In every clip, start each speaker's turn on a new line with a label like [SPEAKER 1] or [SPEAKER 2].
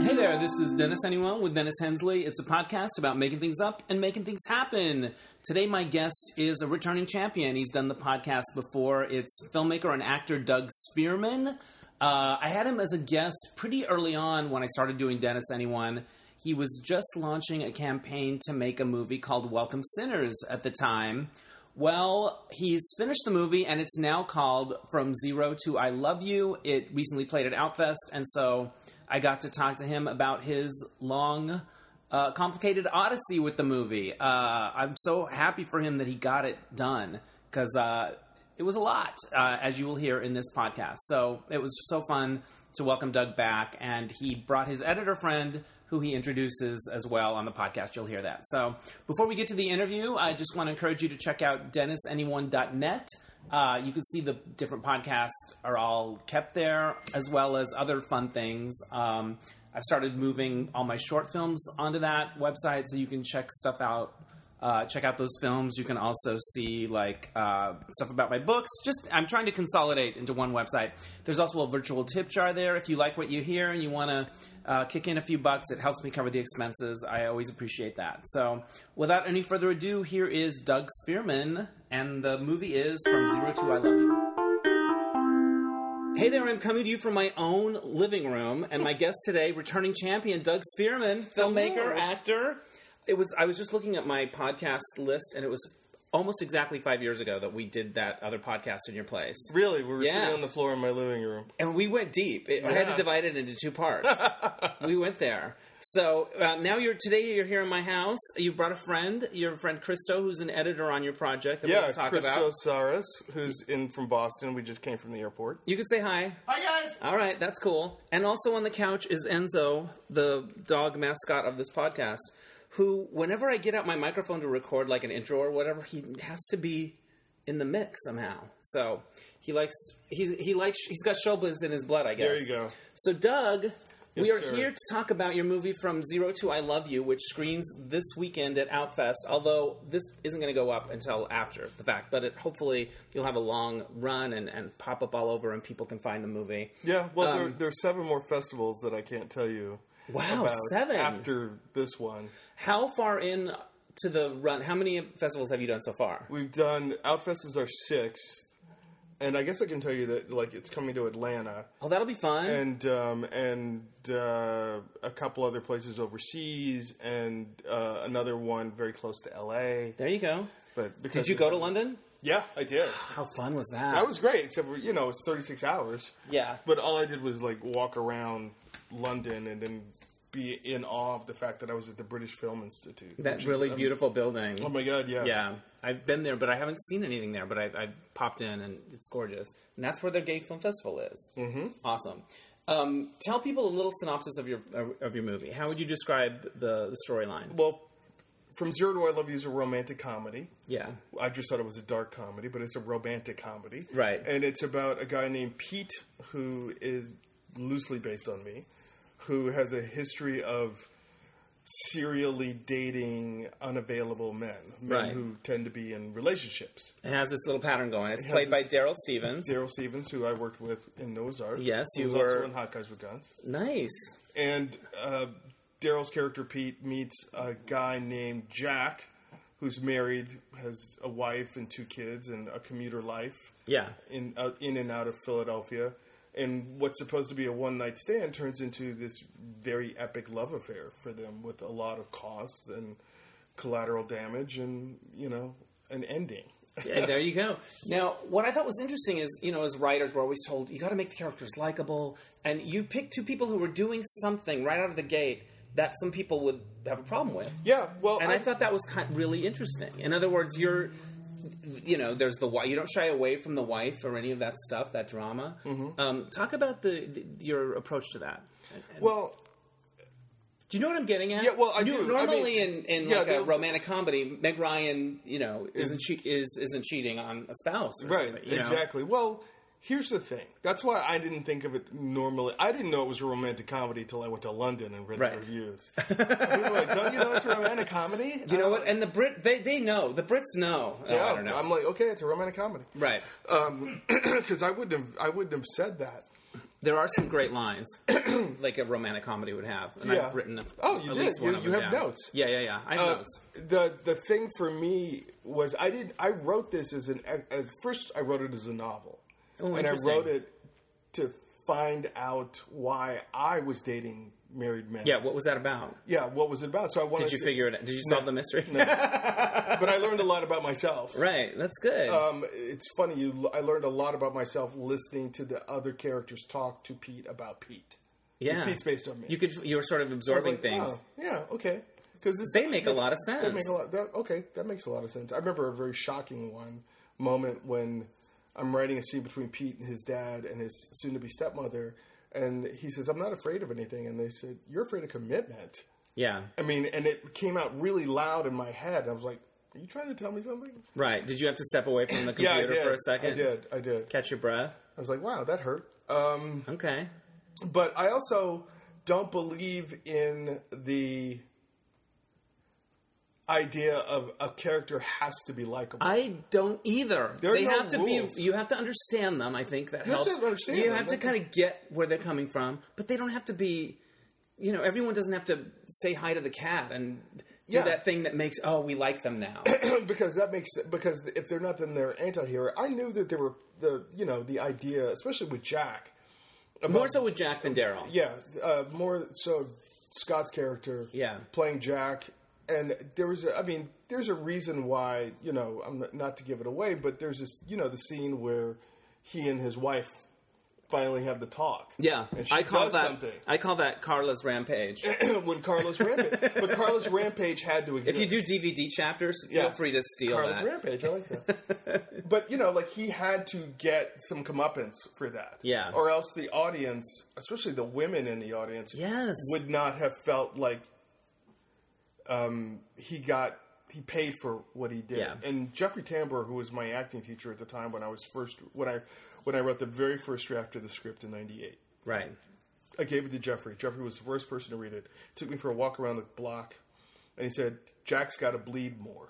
[SPEAKER 1] Hey there, this is Dennis Anyone with Dennis Hensley. It's a podcast about making things up and making things happen. Today, my guest is a returning champion. He's done the podcast before. It's filmmaker and actor Doug Spearman. Uh, I had him as a guest pretty early on when I started doing Dennis Anyone. He was just launching a campaign to make a movie called Welcome Sinners at the time. Well, he's finished the movie and it's now called From Zero to I Love You. It recently played at Outfest, and so I got to talk to him about his long, uh, complicated odyssey with the movie. Uh, I'm so happy for him that he got it done because uh, it was a lot, uh, as you will hear in this podcast. So it was so fun to welcome Doug back, and he brought his editor friend, who he introduces as well on the podcast. You'll hear that. So before we get to the interview, I just want to encourage you to check out DennisAnyone.net. Uh, you can see the different podcasts are all kept there, as well as other fun things. Um, I've started moving all my short films onto that website, so you can check stuff out uh, check out those films. You can also see like uh, stuff about my books. Just I'm trying to consolidate into one website. There's also a virtual tip jar there if you like what you hear and you want to uh, kick in a few bucks. It helps me cover the expenses. I always appreciate that. So without any further ado, here is Doug Spearman, and the movie is From Zero to I Love You. Hey there, I'm coming to you from my own living room, and my guest today, returning champion Doug Spearman, filmmaker, actor. It was I was just looking at my podcast list, and it was almost exactly five years ago that we did that other podcast in your place,
[SPEAKER 2] Really, we were
[SPEAKER 1] Yeah.
[SPEAKER 2] sitting on the floor in my living room.
[SPEAKER 1] and we went deep. It, I had to
[SPEAKER 2] Yeah.
[SPEAKER 1] divide it into two parts. we went there. So uh, now you're today. You're here in my house. You brought a friend, your friend Christo, who's an editor on your project that we're
[SPEAKER 2] Yeah,
[SPEAKER 1] going to talk about.
[SPEAKER 2] Christos Saras, who's in from Boston. We just came from the airport.
[SPEAKER 1] You can say hi.
[SPEAKER 2] Hi guys.
[SPEAKER 1] All right, that's cool. And also on the couch is Enzo, the dog mascot of this podcast, who, whenever I get out my microphone to record like an intro or whatever, he has to be in the mix somehow. So he likes he's he likes he's got showbiz in his blood, I guess.
[SPEAKER 2] There you go.
[SPEAKER 1] So Doug, we are
[SPEAKER 2] sir.
[SPEAKER 1] here to talk about your movie from Zero to I Love You, which screens this weekend at Outfest. Although this isn't going to go up until after the fact, but it, hopefully you'll have a long run and, and pop up all over, and people can find the movie.
[SPEAKER 2] Yeah, well, there, there are seven more festivals that I can't tell you.
[SPEAKER 1] Um, Wow,
[SPEAKER 2] about
[SPEAKER 1] seven.
[SPEAKER 2] After this one,
[SPEAKER 1] How far in to the run? How many festivals have you done so far?
[SPEAKER 2] we've done Outfest is our sixth, and I guess I can tell you that like it's coming to Atlanta
[SPEAKER 1] Oh, that'll be fun.
[SPEAKER 2] and um, and uh, a couple other places overseas, and uh, another one very close to L.A.
[SPEAKER 1] there you go.
[SPEAKER 2] But because
[SPEAKER 1] Did you go to London?
[SPEAKER 2] Yeah, I did.
[SPEAKER 1] How fun was that?
[SPEAKER 2] That was great, except for, you know it's 36 hours.
[SPEAKER 1] yeah.
[SPEAKER 2] But all I did was like walk around London and then be in awe of the fact that I was at the British Film Institute.
[SPEAKER 1] That
[SPEAKER 2] which um, is-
[SPEAKER 1] really
[SPEAKER 2] I'm-
[SPEAKER 1] beautiful building.
[SPEAKER 2] Oh my god, yeah.
[SPEAKER 1] Yeah, I've been there, but I haven't seen anything there. But I've, I've popped in, and it's gorgeous. And that's where their Gay Film Festival is. Mm-hmm. Awesome. Um, tell people a little synopsis of your of your movie. How would you describe the, the storyline?
[SPEAKER 2] Well, From Zero to I Love You is a romantic comedy.
[SPEAKER 1] Yeah,
[SPEAKER 2] I just thought it was a dark comedy, but it's a romantic comedy.
[SPEAKER 1] Right.
[SPEAKER 2] And it's about a guy named Pete who is loosely based on me, who has a history of serially dating unavailable men, men
[SPEAKER 1] Right.
[SPEAKER 2] who tend to be in relationships.
[SPEAKER 1] it has this little pattern going. It's
[SPEAKER 2] has
[SPEAKER 1] played by
[SPEAKER 2] this-
[SPEAKER 1] Daryl Stevens.
[SPEAKER 2] Daryl Stevens, who I worked with in Noah's Ark.
[SPEAKER 1] Yes,
[SPEAKER 2] who
[SPEAKER 1] you
[SPEAKER 2] was
[SPEAKER 1] were-
[SPEAKER 2] also in Hot Guys with Guns.
[SPEAKER 1] nice.
[SPEAKER 2] And uh, Daryl's character Pete meets a guy named Jack, who's married, has a wife and two kids, and a commuter life
[SPEAKER 1] Yeah,
[SPEAKER 2] in uh, in and out of Philadelphia. And what's supposed to be a one night stand turns into this very epic love affair for them, with a lot of cost and collateral damage, and you know, an ending.
[SPEAKER 1] and there you go. Now, what I thought was interesting is, you know, as writers, we're always told you got to make the characters likable, and you picked two people who were doing something right out of the gate that some people would have a problem with.
[SPEAKER 2] Yeah, well,
[SPEAKER 1] and I, thought that was kind really interesting. In other words, you're, you know, there's the wife. You don't shy away from the wife or any of that stuff, that drama.
[SPEAKER 2] Mm-hmm.
[SPEAKER 1] Um, talk about the, the your approach to that. And- and-
[SPEAKER 2] well,
[SPEAKER 1] do you know what I'm getting at?
[SPEAKER 2] Yeah, well, I
[SPEAKER 1] You-
[SPEAKER 2] do. I
[SPEAKER 1] Normally,
[SPEAKER 2] mean,
[SPEAKER 1] in, in
[SPEAKER 2] yeah,
[SPEAKER 1] like a
[SPEAKER 2] they'll-
[SPEAKER 1] romantic comedy, Meg Ryan, you know, isn't she is isn't cheating on a spouse, or
[SPEAKER 2] Right,
[SPEAKER 1] something, you know?
[SPEAKER 2] exactly. Well, here's the thing. That's why I didn't think of it normally. I didn't know it was a romantic comedy till I went to London and read
[SPEAKER 1] Right.
[SPEAKER 2] the reviews. People were like, don't you know it's a romantic comedy?
[SPEAKER 1] You know what? And the Brit, they they know. The Brits know. Oh, I don't know.
[SPEAKER 2] am like, okay, it's a romantic comedy. Um,
[SPEAKER 1] right.
[SPEAKER 2] Because I wouldn't have, I wouldn't have said that.
[SPEAKER 1] There are some great lines, like a romantic comedy would have, and
[SPEAKER 2] Yeah.
[SPEAKER 1] I've written. A,
[SPEAKER 2] Oh, you
[SPEAKER 1] at
[SPEAKER 2] did.
[SPEAKER 1] Least one
[SPEAKER 2] You-
[SPEAKER 1] of
[SPEAKER 2] you
[SPEAKER 1] them
[SPEAKER 2] have
[SPEAKER 1] down.
[SPEAKER 2] notes.
[SPEAKER 1] Yeah, yeah, yeah. I have
[SPEAKER 2] Uh,
[SPEAKER 1] notes.
[SPEAKER 2] the the thing for me was I did I wrote this as an at first I wrote it as a novel,
[SPEAKER 1] Oh,
[SPEAKER 2] and I
[SPEAKER 1] interesting.
[SPEAKER 2] wrote it to find out why I was dating married men.
[SPEAKER 1] Yeah, what was that about?
[SPEAKER 2] yeah. What was it about? So I wanted.
[SPEAKER 1] Did you
[SPEAKER 2] to,
[SPEAKER 1] figure it? out? Did you solve the mystery?
[SPEAKER 2] But I learned a lot about myself.
[SPEAKER 1] right, that's good.
[SPEAKER 2] Um, it's funny. You, I learned a lot about myself listening to the other characters talk to Pete about Pete.
[SPEAKER 1] yeah,
[SPEAKER 2] Pete's based on me.
[SPEAKER 1] You could. You were sort of absorbing
[SPEAKER 2] Like,
[SPEAKER 1] things.
[SPEAKER 2] oh, yeah. Okay. Because
[SPEAKER 1] They make a lot of
[SPEAKER 2] That
[SPEAKER 1] sense.
[SPEAKER 2] make a lot. That, okay, that makes a lot of sense. I remember a very shocking one moment when I'm writing a scene between Pete and his dad and his soon-to-be stepmother, and he says, "I'm not afraid of anything," and they said, "You're afraid of commitment."
[SPEAKER 1] Yeah,
[SPEAKER 2] I mean, and it came out really loud in my head. I was like, "Are you trying to tell me something?"
[SPEAKER 1] right. Did you have to step away from the
[SPEAKER 2] Yeah, I
[SPEAKER 1] computer
[SPEAKER 2] did.
[SPEAKER 1] for a second?
[SPEAKER 2] I did. I did.
[SPEAKER 1] Catch your breath.
[SPEAKER 2] I was like, "Wow, that hurt." Um,
[SPEAKER 1] Okay.
[SPEAKER 2] but I also don't believe in the idea of a character has to be likable.
[SPEAKER 1] I don't either.
[SPEAKER 2] There are
[SPEAKER 1] they
[SPEAKER 2] no
[SPEAKER 1] have to
[SPEAKER 2] rules.
[SPEAKER 1] be. You have to understand them. I think that
[SPEAKER 2] have
[SPEAKER 1] helps.
[SPEAKER 2] to understand
[SPEAKER 1] you
[SPEAKER 2] them.
[SPEAKER 1] have to
[SPEAKER 2] That's-
[SPEAKER 1] kind of get where they're coming from, but they don't have to be. You know, everyone doesn't have to say hi to the cat and do
[SPEAKER 2] Yeah.
[SPEAKER 1] that thing that makes oh we like them now.
[SPEAKER 2] because that makes because if they're not then they're anti-hero i knew that there were the you know the idea especially with jack about,
[SPEAKER 1] More so with Jack than Daryl.
[SPEAKER 2] yeah uh, more so scott's character
[SPEAKER 1] Yeah.
[SPEAKER 2] playing jack and there was a, i mean there's a reason why you know i'm not, not to give it away but there's this you know the scene where he and his wife finally have the talk
[SPEAKER 1] Yeah,
[SPEAKER 2] and she
[SPEAKER 1] I call
[SPEAKER 2] does
[SPEAKER 1] that
[SPEAKER 2] something
[SPEAKER 1] I call that Carla's rampage.
[SPEAKER 2] when carlos rampage but carlos rampage had to exist
[SPEAKER 1] if you do DVD chapters,
[SPEAKER 2] Yeah.
[SPEAKER 1] feel free to steal
[SPEAKER 2] Carlos
[SPEAKER 1] that.
[SPEAKER 2] Rampage. I like that. but you know, like he had to get some comeuppance for that.
[SPEAKER 1] Yeah.
[SPEAKER 2] Or else the audience, especially the women in the audience,
[SPEAKER 1] Yes.
[SPEAKER 2] would not have felt like um, he got he paid for what he did.
[SPEAKER 1] Yeah.
[SPEAKER 2] And Jeffrey Tambor, who was my acting teacher at the time when I was first when I when I wrote the very first draft of the script in '98.
[SPEAKER 1] right.
[SPEAKER 2] I gave it to Jeffrey. Jeffrey was the first person to read it. Took me for a walk around the block, and he said, "Jack's got to bleed more."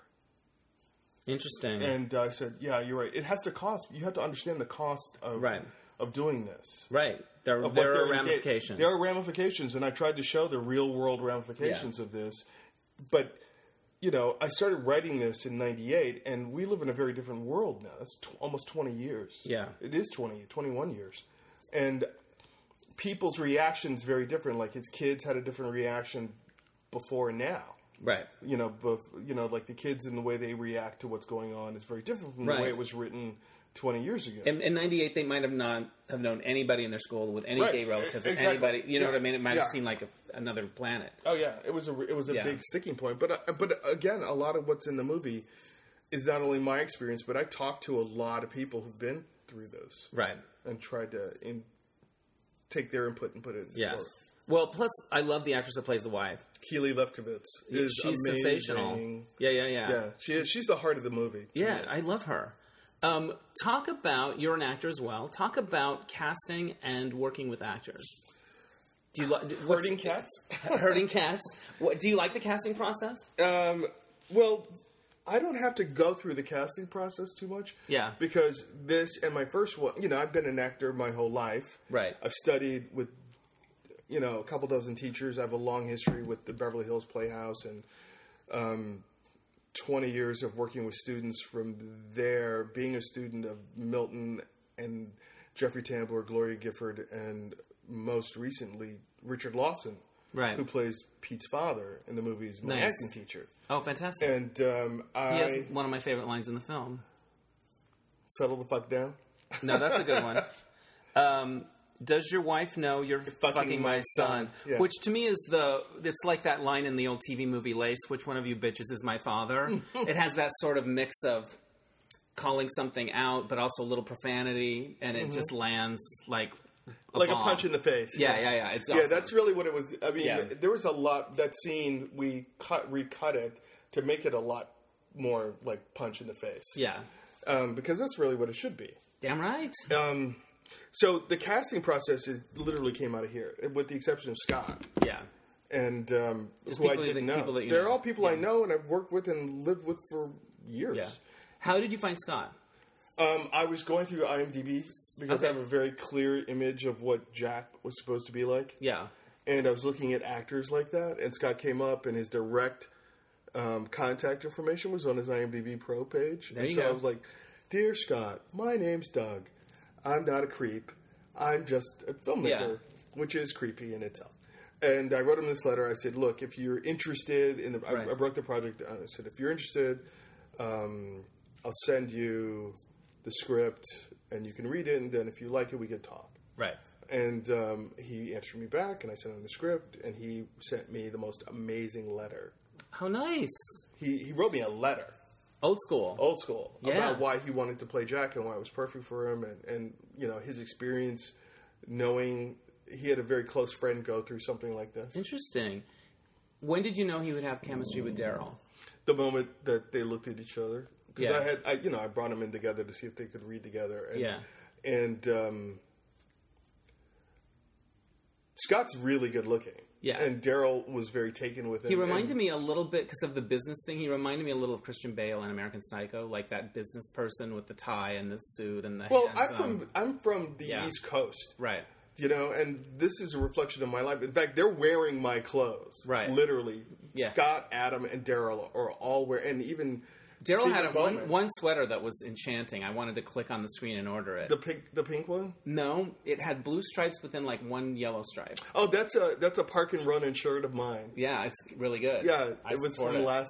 [SPEAKER 1] Interesting.
[SPEAKER 2] And I said, "Yeah, you're right. It has to cost. You have to understand the cost of
[SPEAKER 1] Right.
[SPEAKER 2] of doing this.
[SPEAKER 1] right. There,
[SPEAKER 2] Of
[SPEAKER 1] there
[SPEAKER 2] what
[SPEAKER 1] are
[SPEAKER 2] they're engaged-
[SPEAKER 1] ramifications.
[SPEAKER 2] There are ramifications, and I tried to show the real world ramifications of this. But you know, I started writing this in '98, and we live in a very different world now. It's tw- almost 20 years.
[SPEAKER 1] Yeah.
[SPEAKER 2] it is 20, 21 years, and people's reactions very different. Like his kids had a different reaction before and now
[SPEAKER 1] right.
[SPEAKER 2] you know, bef- you know, like the kids and the way they react to what's going on is very different from the
[SPEAKER 1] Right.
[SPEAKER 2] way it was written 20 years ago.
[SPEAKER 1] In, in '98, they might have not have known anybody in their school with any
[SPEAKER 2] Right.
[SPEAKER 1] gay relatives
[SPEAKER 2] E-
[SPEAKER 1] or
[SPEAKER 2] exactly.
[SPEAKER 1] anybody. You know
[SPEAKER 2] Yeah.
[SPEAKER 1] what I mean? It might have
[SPEAKER 2] Yeah.
[SPEAKER 1] seemed like a, another planet.
[SPEAKER 2] oh yeah, it was a re- it was a
[SPEAKER 1] Yeah.
[SPEAKER 2] big sticking point. But uh, but again, a lot of what's in the movie is not only my experience, but I talked to a lot of people who've been through those
[SPEAKER 1] Right.
[SPEAKER 2] and tried to in- take their input and put it in the
[SPEAKER 1] Yeah.
[SPEAKER 2] story.
[SPEAKER 1] Well, plus I love the actress that plays the wife.
[SPEAKER 2] Keely Lefkowitz is
[SPEAKER 1] She's
[SPEAKER 2] amazing.
[SPEAKER 1] sensational. Yeah, yeah, yeah.
[SPEAKER 2] Yeah, she is, she's the heart of the movie.
[SPEAKER 1] Yeah, I love her. Um, talk about you're an actor as well. Talk about casting and working with actors. Do you like
[SPEAKER 2] Herding cats.
[SPEAKER 1] herding cats? What, do you like the casting process?
[SPEAKER 2] Um, well, I don't have to go through the casting process too much.
[SPEAKER 1] Yeah.
[SPEAKER 2] Because this and my first one, you know, I've been an actor my whole life.
[SPEAKER 1] Right.
[SPEAKER 2] I've studied with, you know, a couple dozen teachers. I have a long history with the Beverly Hills Playhouse and um, 20 years of working with students from there, being a student of Milton and Jeffrey Tambor, Gloria Gifford, and most recently, Richard Lawson.
[SPEAKER 1] Right.
[SPEAKER 2] Who plays Pete's father in the movies my
[SPEAKER 1] Nice.
[SPEAKER 2] acting teacher.
[SPEAKER 1] oh, fantastic!
[SPEAKER 2] And um, I
[SPEAKER 1] he has one of my favorite lines in the film.
[SPEAKER 2] settle the fuck down.
[SPEAKER 1] No, that's a good one. Um, does your wife know you're fucking, my son?
[SPEAKER 2] Yeah.
[SPEAKER 1] Which to me is the it's like that line in the old TV movie Lace. Which one of you bitches is my father? it has that sort of mix of calling something out, but also a little profanity, and it just lands like a
[SPEAKER 2] Like
[SPEAKER 1] bomb.
[SPEAKER 2] a punch in the face.
[SPEAKER 1] Yeah, yeah, yeah. It's
[SPEAKER 2] Yeah,
[SPEAKER 1] awesome.
[SPEAKER 2] that's really what it was. I mean,
[SPEAKER 1] Yeah.
[SPEAKER 2] there was a lot that scene we cut recut it to make it a lot more like punch in the face.
[SPEAKER 1] yeah.
[SPEAKER 2] Um, because that's really what it should be.
[SPEAKER 1] Damn right.
[SPEAKER 2] Um, so the casting process is literally came out of here, with the exception of Scott
[SPEAKER 1] Yeah.
[SPEAKER 2] and um, who
[SPEAKER 1] people
[SPEAKER 2] I
[SPEAKER 1] that-
[SPEAKER 2] didn't know.
[SPEAKER 1] people that you
[SPEAKER 2] They're
[SPEAKER 1] know.
[SPEAKER 2] all people I know and I've worked with and lived with for years.
[SPEAKER 1] Yeah. How did you find Scott?
[SPEAKER 2] Um, I was going through IMDb because I
[SPEAKER 1] Okay.
[SPEAKER 2] have a very clear image of what Jack was supposed to be like.
[SPEAKER 1] Yeah.
[SPEAKER 2] And I was looking at actors like that, and Scott came up, and his direct um, contact information was on his IMDb Pro page.
[SPEAKER 1] There
[SPEAKER 2] and
[SPEAKER 1] you
[SPEAKER 2] so
[SPEAKER 1] go.
[SPEAKER 2] I was like, Dear Scott, my name's Doug. I'm not a creep. I'm just a filmmaker,
[SPEAKER 1] Yeah.
[SPEAKER 2] which is creepy in itself. And I wrote him this letter. I said, Look, if you're interested in the.
[SPEAKER 1] Right.
[SPEAKER 2] I, I broke the project down. I said, If you're interested, um, I'll send you the script, and you can read it, and then if you like it, we can talk.
[SPEAKER 1] Right.
[SPEAKER 2] And um, he answered me back, and I sent him the script, and he sent me the most amazing letter.
[SPEAKER 1] How nice.
[SPEAKER 2] He, he wrote me a letter,
[SPEAKER 1] Old school.
[SPEAKER 2] old school,
[SPEAKER 1] Yeah.
[SPEAKER 2] about why he wanted to play Jack and why it was perfect for him, and, and you know his experience knowing he had a very close friend go through something like this.
[SPEAKER 1] Interesting. When did you know he would have chemistry with Daryl?
[SPEAKER 2] The moment that they looked at each other, because
[SPEAKER 1] Yeah.
[SPEAKER 2] I had I, you know I brought them in together to see if they could read together, and,
[SPEAKER 1] Yeah.
[SPEAKER 2] and um, Scott's really good looking.
[SPEAKER 1] Yeah.
[SPEAKER 2] and Daryl was very taken with him.
[SPEAKER 1] He
[SPEAKER 2] and-
[SPEAKER 1] reminded me a little bit because of the business thing. He reminded me a little of Christian Bale in American Psycho, like that business person with the tie and the suit and the.
[SPEAKER 2] Well,
[SPEAKER 1] hands,
[SPEAKER 2] I'm
[SPEAKER 1] um,
[SPEAKER 2] from I'm from the
[SPEAKER 1] yeah.
[SPEAKER 2] East Coast,
[SPEAKER 1] right.
[SPEAKER 2] you know, and this is a reflection of my life. In fact, they're wearing my clothes,
[SPEAKER 1] Right.
[SPEAKER 2] Literally,
[SPEAKER 1] Yeah.
[SPEAKER 2] Scott, Adam, and Daryl are all wearing, and even
[SPEAKER 1] Daryl
[SPEAKER 2] Stephen
[SPEAKER 1] had a,
[SPEAKER 2] Bowman.
[SPEAKER 1] one, one sweater that was enchanting. I wanted to click on the screen and order it.
[SPEAKER 2] the pink the pink one.
[SPEAKER 1] no, it had blue stripes, but then like one yellow stripe.
[SPEAKER 2] Oh, that's a that's a park and run and shirt of mine.
[SPEAKER 1] Yeah, it's really good.
[SPEAKER 2] Yeah,
[SPEAKER 1] I
[SPEAKER 2] it was
[SPEAKER 1] support
[SPEAKER 2] from
[SPEAKER 1] it.
[SPEAKER 2] last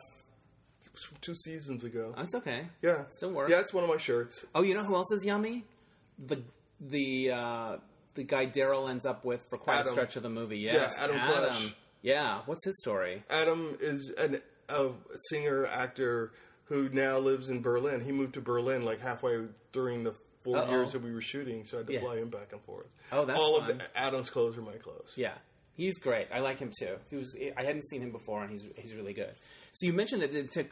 [SPEAKER 2] it was from two seasons ago.
[SPEAKER 1] That's okay.
[SPEAKER 2] yeah,
[SPEAKER 1] still works.
[SPEAKER 2] Yeah, it's one of my shirts.
[SPEAKER 1] Oh, you know who else is yummy? The the uh, the guy Daryl ends up with for quite a
[SPEAKER 2] Adam.
[SPEAKER 1] stretch of the movie. Yes,
[SPEAKER 2] Adam Clutch.
[SPEAKER 1] Yeah, what's his story?
[SPEAKER 2] Adam is an a singer actor who now lives in Berlin. He moved to Berlin like halfway during the 4
[SPEAKER 1] Uh-oh.
[SPEAKER 2] years that we were shooting, so I had to
[SPEAKER 1] Yeah.
[SPEAKER 2] fly him back and forth.
[SPEAKER 1] Oh, that's
[SPEAKER 2] all
[SPEAKER 1] fun.
[SPEAKER 2] of the, Adam's clothes are my clothes.
[SPEAKER 1] Yeah, he's great. I like him too. He was. I hadn't seen him before, and he's he's really good. So you mentioned that it took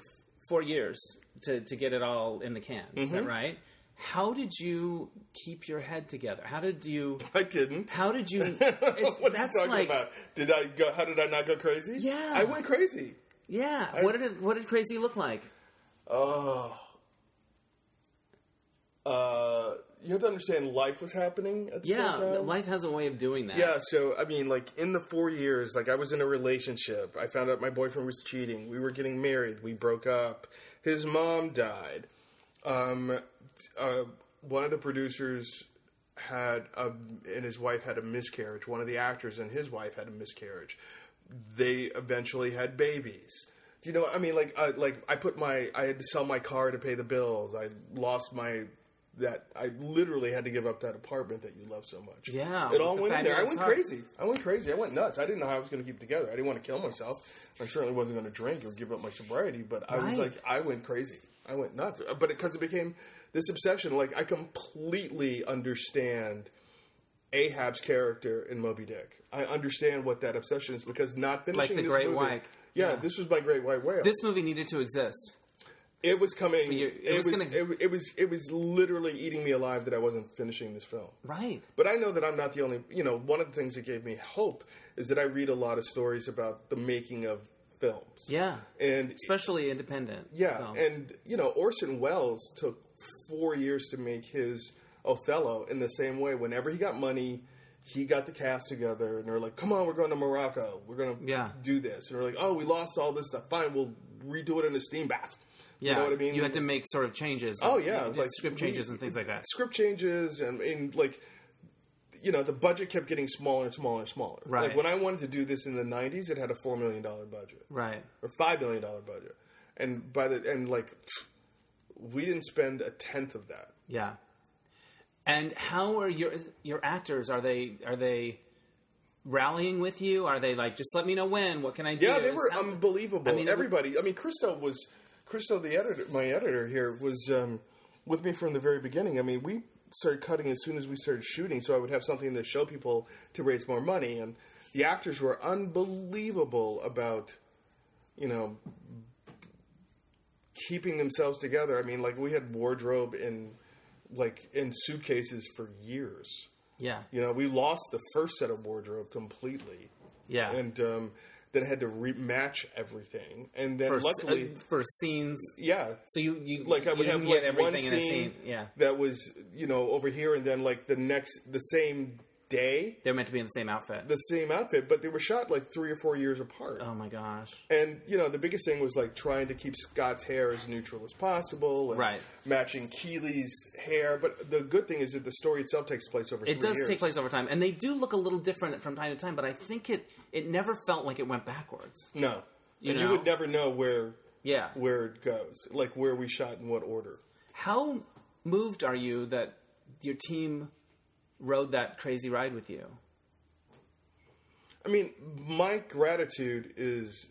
[SPEAKER 1] four years to to get it all in the can. Is
[SPEAKER 2] Mm-hmm.
[SPEAKER 1] that right? How did you keep your head together? How did you?
[SPEAKER 2] I didn't.
[SPEAKER 1] How did you? It's,
[SPEAKER 2] what are you
[SPEAKER 1] that's
[SPEAKER 2] talking
[SPEAKER 1] like,
[SPEAKER 2] about? Did I go? How did I not go crazy?
[SPEAKER 1] Yeah.
[SPEAKER 2] I went crazy.
[SPEAKER 1] yeah. what did it, what did crazy look like?
[SPEAKER 2] Oh. Uh, you have to understand, life was happening at the
[SPEAKER 1] Yeah,
[SPEAKER 2] same time.
[SPEAKER 1] life has a way of doing that.
[SPEAKER 2] Yeah, so I mean, like in the four years, like I was in a relationship. I found out my boyfriend was cheating. We were getting married. We broke up. His mom died. Um, uh, one of the producers had a, and his wife had a miscarriage. One of the actors and his wife had a miscarriage. They eventually had babies. Do you know? I mean, like, uh, like I put my, I had to sell my car to pay the bills. I lost my. That I literally had to give up that apartment that you love so much.
[SPEAKER 1] Yeah,
[SPEAKER 2] it all
[SPEAKER 1] with the
[SPEAKER 2] went in there. I
[SPEAKER 1] fabulous
[SPEAKER 2] went
[SPEAKER 1] heart.
[SPEAKER 2] crazy. I went crazy. I went nuts. I didn't know how I was going to keep it together. I didn't want to kill myself. I certainly wasn't going to drink or give up my sobriety. But I was
[SPEAKER 1] Right.
[SPEAKER 2] like, I went crazy. I went nuts. Uh, But because it, became this obsession, like I completely understand Ahab's character in Moby Dick. I understand what that obsession is because not finishing
[SPEAKER 1] the
[SPEAKER 2] this
[SPEAKER 1] Great
[SPEAKER 2] movie-
[SPEAKER 1] White.
[SPEAKER 2] Yeah,
[SPEAKER 1] Yeah.
[SPEAKER 2] this was my great white whale.
[SPEAKER 1] This movie needed to exist.
[SPEAKER 2] it was coming.
[SPEAKER 1] you-
[SPEAKER 2] It,
[SPEAKER 1] it was
[SPEAKER 2] was.
[SPEAKER 1] gonna-
[SPEAKER 2] it, it was. It was literally eating me alive that I wasn't finishing this film.
[SPEAKER 1] Right.
[SPEAKER 2] But I know that I'm not the only. You know, one of the things that gave me hope is that I read a lot of stories about the making of films.
[SPEAKER 1] Yeah.
[SPEAKER 2] And
[SPEAKER 1] Especially independent.
[SPEAKER 2] yeah,
[SPEAKER 1] film.
[SPEAKER 2] and you know, Orson Welles took four years to make his Othello. In the same way, whenever he got money, he got the cast together, and they're like, "Come on, we're going to Morocco. We're going to
[SPEAKER 1] Yeah.
[SPEAKER 2] do this." And they're like, "Oh, we lost all this stuff. Fine, we'll redo it in a steam bath."
[SPEAKER 1] yeah.
[SPEAKER 2] You know what I mean?
[SPEAKER 1] You had to make sort of changes.
[SPEAKER 2] Oh yeah,
[SPEAKER 1] You did script
[SPEAKER 2] we-
[SPEAKER 1] changes and things like that.
[SPEAKER 2] Script changes and, and like you know the budget kept getting smaller and smaller and smaller.
[SPEAKER 1] Right.
[SPEAKER 2] Like when I wanted to do this in the '90s, it had a four million dollar budget
[SPEAKER 1] Right.
[SPEAKER 2] or five million dollar budget, and by the and like pfft, we didn't spend a tenth of that.
[SPEAKER 1] Yeah. And how are your your actors? Are they are they rallying with you? Are they like just let me know when? What can I do?
[SPEAKER 2] Yeah, they were um,
[SPEAKER 1] How-
[SPEAKER 2] unbelievable.
[SPEAKER 1] I mean, it
[SPEAKER 2] Everybody. I mean, Christo was Christo, the editor, my editor here, was um, with me from the very beginning. I mean, we started cutting as soon as we started shooting, so I would have something to show people to raise more money. And the actors were unbelievable about, you know, keeping themselves together. I mean, like we had wardrobe in like in suitcases for years.
[SPEAKER 1] yeah,
[SPEAKER 2] You know, we lost the first set of wardrobe completely
[SPEAKER 1] yeah,
[SPEAKER 2] and um, that had to rematch everything, and then
[SPEAKER 1] for, s-
[SPEAKER 2] luckily,
[SPEAKER 1] uh, for scenes.
[SPEAKER 2] yeah,
[SPEAKER 1] So you, you
[SPEAKER 2] like I
[SPEAKER 1] you
[SPEAKER 2] would have
[SPEAKER 1] didn't
[SPEAKER 2] like
[SPEAKER 1] get
[SPEAKER 2] one
[SPEAKER 1] everything
[SPEAKER 2] scene,
[SPEAKER 1] in a scene. Yeah,
[SPEAKER 2] that was you know over here, and then like the next the same day,
[SPEAKER 1] they're meant to be in the same outfit.
[SPEAKER 2] the same outfit, but they were shot like three or four years apart.
[SPEAKER 1] oh my gosh.
[SPEAKER 2] And you know the biggest thing was like trying to keep Scott's hair as neutral as possible, and
[SPEAKER 1] Right.
[SPEAKER 2] Matching Keeley's hair, but the good thing is that the story itself takes place over.
[SPEAKER 1] It
[SPEAKER 2] three
[SPEAKER 1] does
[SPEAKER 2] years.
[SPEAKER 1] take place over time, and they do look a little different from time to time. But I think it it never felt like it went backwards.
[SPEAKER 2] No,
[SPEAKER 1] You
[SPEAKER 2] and
[SPEAKER 1] know?
[SPEAKER 2] you would never know where
[SPEAKER 1] Yeah.
[SPEAKER 2] where it goes, like where we shot in what order.
[SPEAKER 1] How moved are you that your team rode that crazy ride with you?
[SPEAKER 2] I mean, my gratitude is,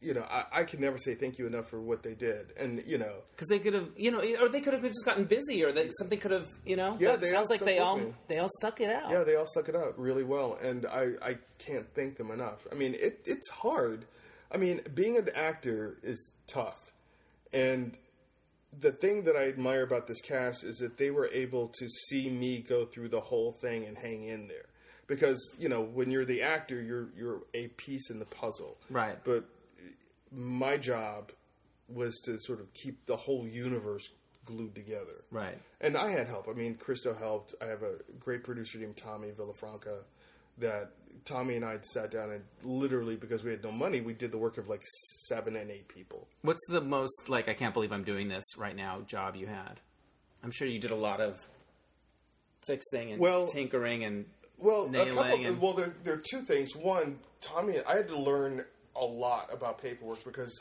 [SPEAKER 2] you know, I, I can never say thank you enough for what they did, and you know,
[SPEAKER 1] Because they could have, you know, or they could have just gotten busy, or that something could have, you know.
[SPEAKER 2] Yeah,
[SPEAKER 1] that
[SPEAKER 2] they all
[SPEAKER 1] sounds like
[SPEAKER 2] stuck
[SPEAKER 1] they
[SPEAKER 2] with
[SPEAKER 1] all
[SPEAKER 2] me.
[SPEAKER 1] they all stuck it out.
[SPEAKER 2] yeah, they all stuck it out really well, and I I can't thank them enough. I mean, it it's hard. I mean, being an actor is tough, and the thing that I admire about this cast is that they were able to see me go through the whole thing and hang in there. Because you know, when you're the actor, you're you're a piece in the puzzle,
[SPEAKER 1] Right.
[SPEAKER 2] But my job was to sort of keep the whole universe glued together,
[SPEAKER 1] Right.
[SPEAKER 2] And I had help. I mean, Christo helped. I have a great producer named Tommy Villafranca. That Tommy and I sat down and literally because we had no money, we did the work of like seven and eight people.
[SPEAKER 1] What's the most like? I can't believe I'm doing this right now. Job you had? I'm sure you did a lot of fixing and
[SPEAKER 2] Well-
[SPEAKER 1] tinkering and
[SPEAKER 2] Well, a
[SPEAKER 1] nailing
[SPEAKER 2] couple.
[SPEAKER 1] and-
[SPEAKER 2] Well, there, there are two things. One, Tommy, I had to learn a lot about paperwork because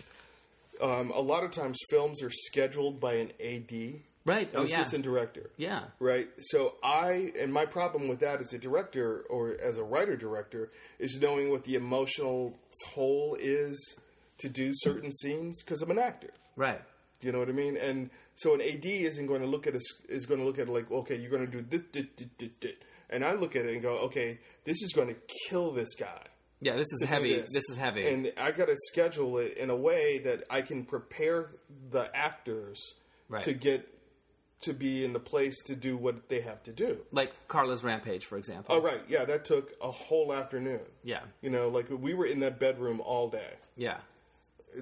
[SPEAKER 2] um, a lot of times films are scheduled by an AD,
[SPEAKER 1] right.
[SPEAKER 2] an
[SPEAKER 1] Oh yeah.
[SPEAKER 2] assistant director.
[SPEAKER 1] yeah.
[SPEAKER 2] Right. So I and my problem with that as a director or as a writer director is knowing what the emotional toll is to do certain scenes because I'm an actor.
[SPEAKER 1] Right.
[SPEAKER 2] Do you know what I mean? And so an AD isn't going to look at a, s- is going to look at like, okay, you're going to do this, this, this, this, this. and I look at it and go, okay, this is going to kill this guy.
[SPEAKER 1] Yeah. This is heavy. This. is heavy.
[SPEAKER 2] and I got to schedule it in a way that I can prepare the actors
[SPEAKER 1] Right.
[SPEAKER 2] to get to be in the place to do what they have to do.
[SPEAKER 1] like Carla's Rampage, for example.
[SPEAKER 2] All right, yeah, that took a whole afternoon.
[SPEAKER 1] Yeah.
[SPEAKER 2] You know, like we were in that bedroom all day.
[SPEAKER 1] Yeah.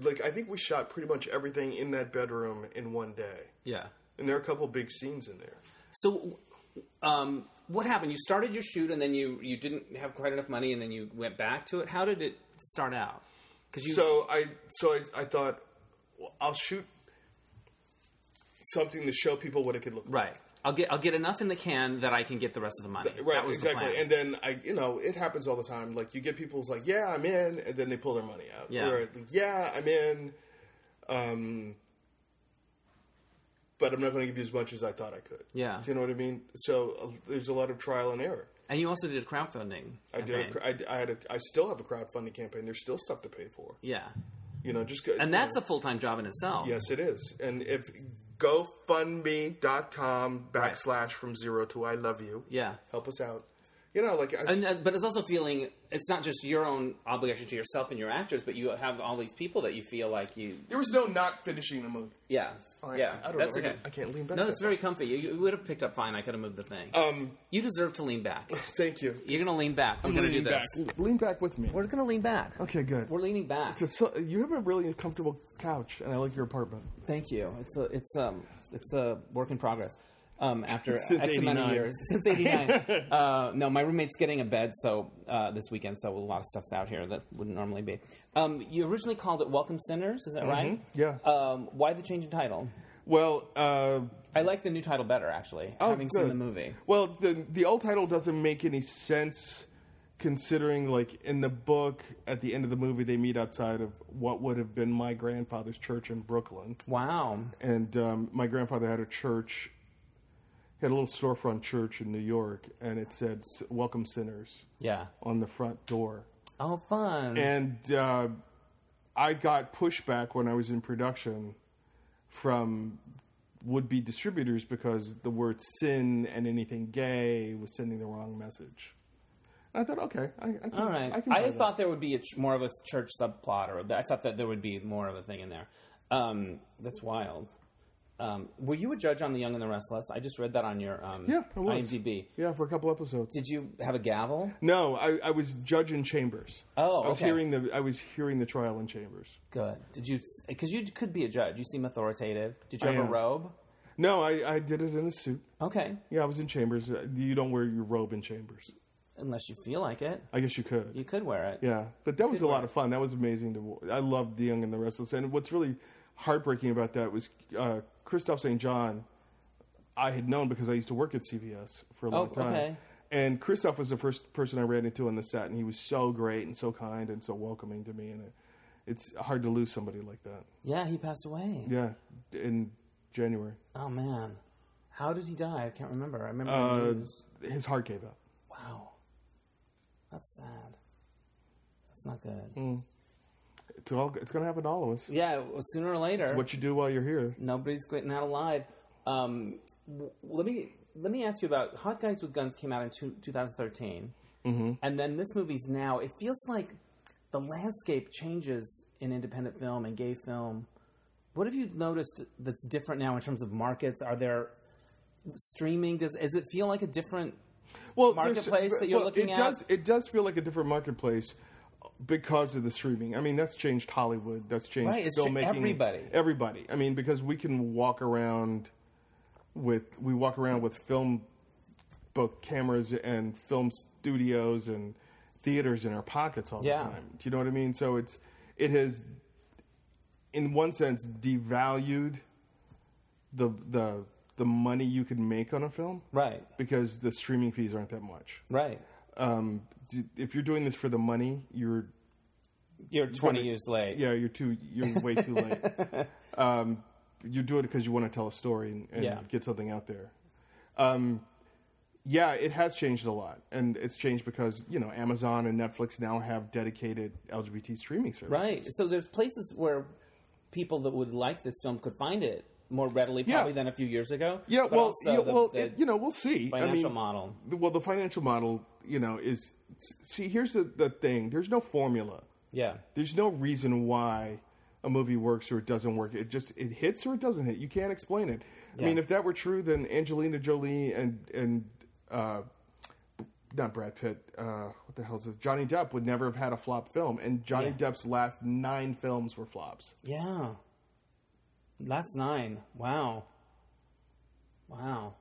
[SPEAKER 2] Like I think we shot pretty much everything in that bedroom in one day.
[SPEAKER 1] Yeah.
[SPEAKER 2] And there are a couple big scenes in there.
[SPEAKER 1] So, um, what happened? You started your shoot, and then you you didn't have quite enough money, and then you went back to it. How did it start out? Because you
[SPEAKER 2] So I so I, I thought well, I'll shoot something to show people what it could look like.
[SPEAKER 1] right. I'll get I'll get enough in the can that I can get the rest of the money.
[SPEAKER 2] Right,
[SPEAKER 1] that was The
[SPEAKER 2] exactly.
[SPEAKER 1] plan.
[SPEAKER 2] and then I, you know, it happens all the time. Like you get people's like, "Yeah, I'm in," and then they pull their money out.
[SPEAKER 1] Yeah.
[SPEAKER 2] Or, like, yeah, I'm in. Um, but I'm not going to give you as much as I thought I could.
[SPEAKER 1] Yeah.
[SPEAKER 2] Do you know what I mean? So uh, there's a lot of trial and error.
[SPEAKER 1] And you also did a crowdfunding.
[SPEAKER 2] I did. A, I, I had. A, I still have a crowdfunding campaign. There's still stuff to pay for.
[SPEAKER 1] yeah,
[SPEAKER 2] You know, just go,
[SPEAKER 1] and that's a full time job in itself.
[SPEAKER 2] yes, it is. And if GoFundMe.com backslash from zero to I love you.
[SPEAKER 1] Yeah.
[SPEAKER 2] Help us out. You know, like I,
[SPEAKER 1] And, uh, but it's also feeling it's not just your own obligation to yourself and your actors, but you have all these people that you feel like you
[SPEAKER 2] there was no not finishing the movie.
[SPEAKER 1] yeah
[SPEAKER 2] I-
[SPEAKER 1] yeah
[SPEAKER 2] I don't
[SPEAKER 1] that's
[SPEAKER 2] know. I
[SPEAKER 1] okay.
[SPEAKER 2] can't- I can't lean back
[SPEAKER 1] No,
[SPEAKER 2] that
[SPEAKER 1] it's very comfy. You, you would have picked up fine. I could have moved the thing.
[SPEAKER 2] Um,
[SPEAKER 1] you deserve to lean back.
[SPEAKER 2] thank you.
[SPEAKER 1] You're gonna lean back. We're gonna do
[SPEAKER 2] lean
[SPEAKER 1] this.
[SPEAKER 2] back. Lean back with me.
[SPEAKER 1] We're gonna lean back.
[SPEAKER 2] Okay, good.
[SPEAKER 1] We're leaning back.
[SPEAKER 2] So, you have a really comfortable couch, and I like your apartment.
[SPEAKER 1] Thank you. It's a it's um it's a work in progress. Um, after X amount of
[SPEAKER 2] 89.
[SPEAKER 1] years since '89. uh, no, my roommate's getting a bed, so uh, this weekend, so a lot of stuff's out here that wouldn't normally be. Um, you originally called it Welcome Sinners, is that right?
[SPEAKER 2] Mm-hmm. yeah.
[SPEAKER 1] Um, why the change in title?
[SPEAKER 2] Well, uh,
[SPEAKER 1] I like the new title better, actually. having seen
[SPEAKER 2] Oh, good.
[SPEAKER 1] the movie.
[SPEAKER 2] well, the the old title doesn't make any sense, considering like in the book at the end of the movie they meet outside of what would have been my grandfather's church in Brooklyn,
[SPEAKER 1] Wow.
[SPEAKER 2] and um, my grandfather had a church, he had a little storefront church in New York, and it said "S- "Welcome Sinners"
[SPEAKER 1] Yeah.
[SPEAKER 2] on the front door.
[SPEAKER 1] Oh, fun.
[SPEAKER 2] and uh, I got pushback when I was in production from would-be distributors because the word sin and anything gay was sending the wrong message. I thought, okay, I, I can,
[SPEAKER 1] All right.
[SPEAKER 2] I, can
[SPEAKER 1] I,
[SPEAKER 2] buy that.
[SPEAKER 1] thought there would be a ch- more of a church subplot, or I thought that there would be more of a thing in there. Um, that's wild. Um, were you a judge on The Young and the Restless? I just read that on your um,
[SPEAKER 2] Yeah, I was.
[SPEAKER 1] IMDb.
[SPEAKER 2] Yeah, for a couple episodes.
[SPEAKER 1] Did you have a gavel?
[SPEAKER 2] No, I, I was judge in chambers.
[SPEAKER 1] Oh,
[SPEAKER 2] I was
[SPEAKER 1] okay.
[SPEAKER 2] hearing the I was hearing the trial in chambers.
[SPEAKER 1] Good. Did you? Because you could be a judge. You seem authoritative. Did you
[SPEAKER 2] I
[SPEAKER 1] have a
[SPEAKER 2] am.
[SPEAKER 1] robe?
[SPEAKER 2] No, I, I did it in a suit.
[SPEAKER 1] Okay,
[SPEAKER 2] Yeah, I was in chambers. Uh, You don't wear your robe in chambers.
[SPEAKER 1] unless you feel like it,
[SPEAKER 2] I guess you could.
[SPEAKER 1] you could wear it.
[SPEAKER 2] Yeah, but that was a lot of fun. That was amazing to. wa- I loved The Young and the Restless, and what's really heartbreaking about that was uh, Christoph St. John. I had known because I used to work at CVS for a long time,
[SPEAKER 1] okay.
[SPEAKER 2] and Christoph was the first person I ran into on the set, and he was so great and so kind and so welcoming to me, and it, it's hard to lose somebody like that.
[SPEAKER 1] Yeah, he passed away.
[SPEAKER 2] Yeah, in January,
[SPEAKER 1] Oh man, how did he die? I can't remember. I remember the
[SPEAKER 2] uh,
[SPEAKER 1] news.
[SPEAKER 2] his heart gave out.
[SPEAKER 1] Wow, that's sad. That's not good.
[SPEAKER 2] It's all. It's going to happen to all of us.
[SPEAKER 1] Yeah, well, sooner or later,
[SPEAKER 2] What you do while you're here.
[SPEAKER 1] nobody's getting out alive. Um, w- let me let me ask you about Hot Guys with Guns came out in two, 2013, and then this movie's now. It feels like the landscape changes in independent film and gay film. What have you noticed that's different now in terms of markets? Are there streaming? Does does it feel like a different?
[SPEAKER 2] well, there's-
[SPEAKER 1] marketplace that you're looking
[SPEAKER 2] it
[SPEAKER 1] at?
[SPEAKER 2] Does, it does feel like a different marketplace because of the streaming. I mean, that's changed Hollywood. That's changed
[SPEAKER 1] Right, it's cha-
[SPEAKER 2] filmmaking.
[SPEAKER 1] everybody.
[SPEAKER 2] Everybody. I mean, because we can walk around with we walk around with film, both cameras and film studios and theaters in our pockets all
[SPEAKER 1] Yeah.
[SPEAKER 2] the time. Do you know what I mean? So it's it has, in one sense, devalued the the the money you could make on a film
[SPEAKER 1] Right,
[SPEAKER 2] because the streaming fees aren't that much.
[SPEAKER 1] right.
[SPEAKER 2] Um, d- if you're doing this for the money, you're
[SPEAKER 1] You're 20 years late.
[SPEAKER 2] yeah, you're too you're way too late. Um, you're doing it because you want to tell a story and, and
[SPEAKER 1] Yeah.
[SPEAKER 2] get something out there. Um, yeah, it has changed a lot, and it's changed because you know Amazon and Netflix now have dedicated LGBT streaming services.
[SPEAKER 1] Right. So there's places where people that would like this film could find it more readily probably than a few years ago.
[SPEAKER 2] Yeah,
[SPEAKER 1] But
[SPEAKER 2] well,
[SPEAKER 1] also
[SPEAKER 2] yeah,
[SPEAKER 1] the-
[SPEAKER 2] well,
[SPEAKER 1] the
[SPEAKER 2] it- you know, we'll see. I
[SPEAKER 1] financial
[SPEAKER 2] mean,
[SPEAKER 1] model.
[SPEAKER 2] the- Well, the financial model, you know, is see. Here's the, the thing. There's no formula.
[SPEAKER 1] Yeah.
[SPEAKER 2] there's no reason why a movie works or it doesn't work. It just it hits or it doesn't hit. You can't explain it. I mean,
[SPEAKER 1] Yeah.
[SPEAKER 2] if that were true, then Angelina Jolie and and uh, not Brad Pitt, uh, what the hell is this? Johnny Depp would never have had a flop film, and Johnny
[SPEAKER 1] Yeah.
[SPEAKER 2] Depp's last nine films were flops.
[SPEAKER 1] Yeah. Last nine. Wow. Wow.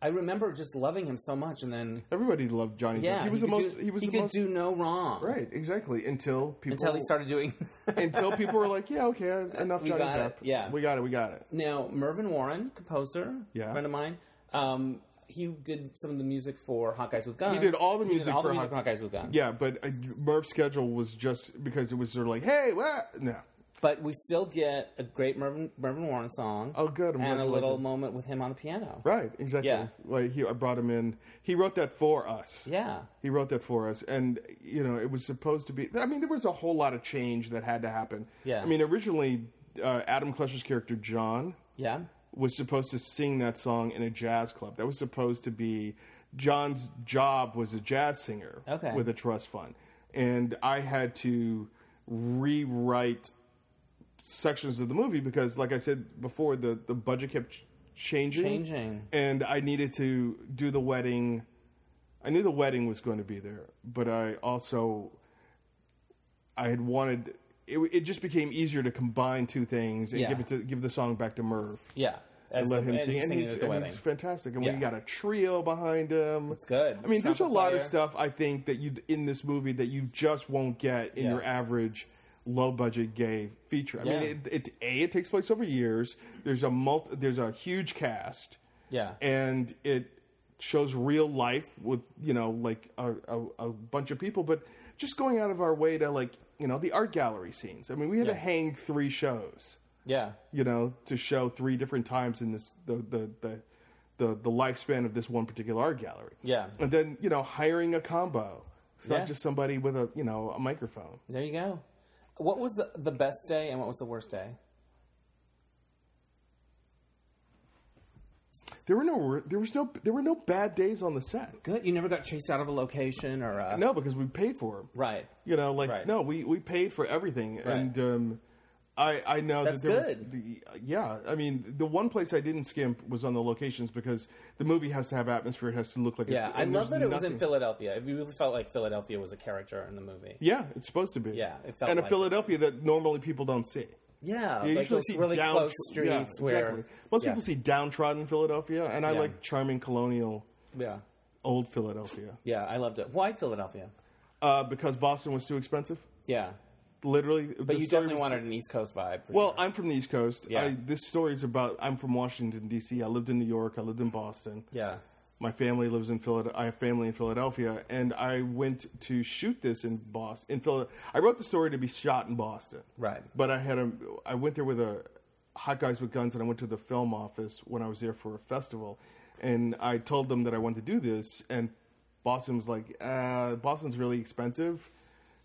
[SPEAKER 1] I remember just loving him so much, and then
[SPEAKER 2] Everybody loved Johnny
[SPEAKER 1] yeah,
[SPEAKER 2] Depp. He was the
[SPEAKER 1] could
[SPEAKER 2] most.
[SPEAKER 1] do-
[SPEAKER 2] he was the
[SPEAKER 1] could
[SPEAKER 2] most.
[SPEAKER 1] do no wrong.
[SPEAKER 2] right, exactly. Until people
[SPEAKER 1] Until he started doing.
[SPEAKER 2] until people were like, yeah, okay, enough
[SPEAKER 1] We
[SPEAKER 2] Johnny
[SPEAKER 1] got
[SPEAKER 2] Depp.
[SPEAKER 1] it. Yeah.
[SPEAKER 2] we got it. We got it.
[SPEAKER 1] Now, Mervyn Warren, composer,
[SPEAKER 2] Yeah.
[SPEAKER 1] friend of mine, um, he did some of the music for Hot Guys with Guns.
[SPEAKER 2] did all the music
[SPEAKER 1] all the
[SPEAKER 2] for
[SPEAKER 1] music
[SPEAKER 2] Hot-
[SPEAKER 1] Hot Guys with Guns.
[SPEAKER 2] Yeah, but uh, Murph's schedule was just because it was sort of like, hey, what? No.
[SPEAKER 1] But we still get a great Mervyn, Mervyn Warren song.
[SPEAKER 2] Oh, good. I'm glad
[SPEAKER 1] and a
[SPEAKER 2] you like
[SPEAKER 1] little
[SPEAKER 2] it.
[SPEAKER 1] moment with him on the piano.
[SPEAKER 2] Right, exactly.
[SPEAKER 1] Yeah.
[SPEAKER 2] Like he, I brought him in. He wrote that for us.
[SPEAKER 1] Yeah.
[SPEAKER 2] He wrote that for us, and you know, it was supposed to be. I mean, there was a whole lot of change that had to happen.
[SPEAKER 1] Yeah.
[SPEAKER 2] I mean, originally, uh, Adam Klesher's character John
[SPEAKER 1] Yeah.
[SPEAKER 2] was supposed to sing that song in a jazz club. That was supposed to be John's job was a jazz singer
[SPEAKER 1] Okay.
[SPEAKER 2] with a trust fund, and I had to rewrite sections of the movie because, like I said before, the the budget kept ch- changing,
[SPEAKER 1] Changing.
[SPEAKER 2] and I needed to do the wedding. I knew the wedding was going to be there, but I also I had wanted. It, it just became easier to combine two things and
[SPEAKER 1] Yeah.
[SPEAKER 2] give it to give the song back to Merv
[SPEAKER 1] Yeah. As
[SPEAKER 2] and let
[SPEAKER 1] the-
[SPEAKER 2] him sing.
[SPEAKER 1] he's
[SPEAKER 2] And
[SPEAKER 1] singing
[SPEAKER 2] he's,
[SPEAKER 1] at the
[SPEAKER 2] and
[SPEAKER 1] wedding.
[SPEAKER 2] he's fantastic. And
[SPEAKER 1] Yeah.
[SPEAKER 2] we got a trio behind him.
[SPEAKER 1] It's good.
[SPEAKER 2] I mean, there's a
[SPEAKER 1] Trumpet
[SPEAKER 2] lot of
[SPEAKER 1] player.
[SPEAKER 2] stuff I think that you in this movie that you just won't get in
[SPEAKER 1] Yeah.
[SPEAKER 2] your average low budget gay feature. I mean,
[SPEAKER 1] Yeah.
[SPEAKER 2] it, it a it takes place over years. There's a multi, there's a huge cast,
[SPEAKER 1] Yeah.
[SPEAKER 2] and it shows real life with you know like a, a, a bunch of people, but just going out of our way to like you know the art gallery scenes. I mean, we had to
[SPEAKER 1] Yeah.
[SPEAKER 2] hang three shows
[SPEAKER 1] yeah.
[SPEAKER 2] you know, to show three different times in this the the the the, the lifespan of this one particular art gallery.
[SPEAKER 1] Yeah.
[SPEAKER 2] And then, you know, hiring a combo. It's
[SPEAKER 1] Yeah.
[SPEAKER 2] not just somebody with a you know, a microphone.
[SPEAKER 1] There you go. What was the- the best day and what was the worst day?
[SPEAKER 2] There were no there was no there were no bad days on the set.
[SPEAKER 1] Good. You never got chased out of a location or a.
[SPEAKER 2] No, because we paid for them.
[SPEAKER 1] Right.
[SPEAKER 2] You know, like
[SPEAKER 1] Right.
[SPEAKER 2] no, we we paid for everything, and um, I, I know
[SPEAKER 1] That's
[SPEAKER 2] that there
[SPEAKER 1] good.
[SPEAKER 2] was the yeah. I mean, the one place I didn't skimp was on the locations because the movie has to have atmosphere. It has to look like
[SPEAKER 1] Yeah,
[SPEAKER 2] It's,
[SPEAKER 1] I
[SPEAKER 2] and
[SPEAKER 1] love that
[SPEAKER 2] there's
[SPEAKER 1] it was in
[SPEAKER 2] nothing-
[SPEAKER 1] Philadelphia. It really felt like Philadelphia was a character in the movie.
[SPEAKER 2] Yeah, it's supposed to be.
[SPEAKER 1] Yeah, it felt
[SPEAKER 2] and a
[SPEAKER 1] like-
[SPEAKER 2] Philadelphia that normally people don't see.
[SPEAKER 1] Yeah,
[SPEAKER 2] You
[SPEAKER 1] like
[SPEAKER 2] usually
[SPEAKER 1] those
[SPEAKER 2] see
[SPEAKER 1] really
[SPEAKER 2] down
[SPEAKER 1] close
[SPEAKER 2] tr-
[SPEAKER 1] streets
[SPEAKER 2] yeah,
[SPEAKER 1] where
[SPEAKER 2] exactly. most
[SPEAKER 1] yeah,
[SPEAKER 2] people see downtrodden Philadelphia, and I
[SPEAKER 1] Yeah.
[SPEAKER 2] like charming colonial
[SPEAKER 1] Yeah,
[SPEAKER 2] old Philadelphia
[SPEAKER 1] yeah, I loved it. Why Philadelphia?
[SPEAKER 2] uh, because Boston was too expensive.
[SPEAKER 1] Yeah,
[SPEAKER 2] Literally,
[SPEAKER 1] but you definitely wanted an East Coast vibe. For
[SPEAKER 2] Well,
[SPEAKER 1] sure.
[SPEAKER 2] I'm from the East Coast.
[SPEAKER 1] Yeah.
[SPEAKER 2] I, this story is about I'm from Washington D.C. I lived in New York. I lived in Boston.
[SPEAKER 1] yeah,
[SPEAKER 2] My family lives in Philadelphia. I have family in Philadelphia, and I went to shoot this in Boston. In Philadelphia, I wrote the story to be shot in Boston.
[SPEAKER 1] Right.
[SPEAKER 2] But I had a. I went there with a hot guys with guns, and I went to the film office when I was there for a festival, and I told them that I wanted to do this, and Boston was like, uh, "Boston's really expensive,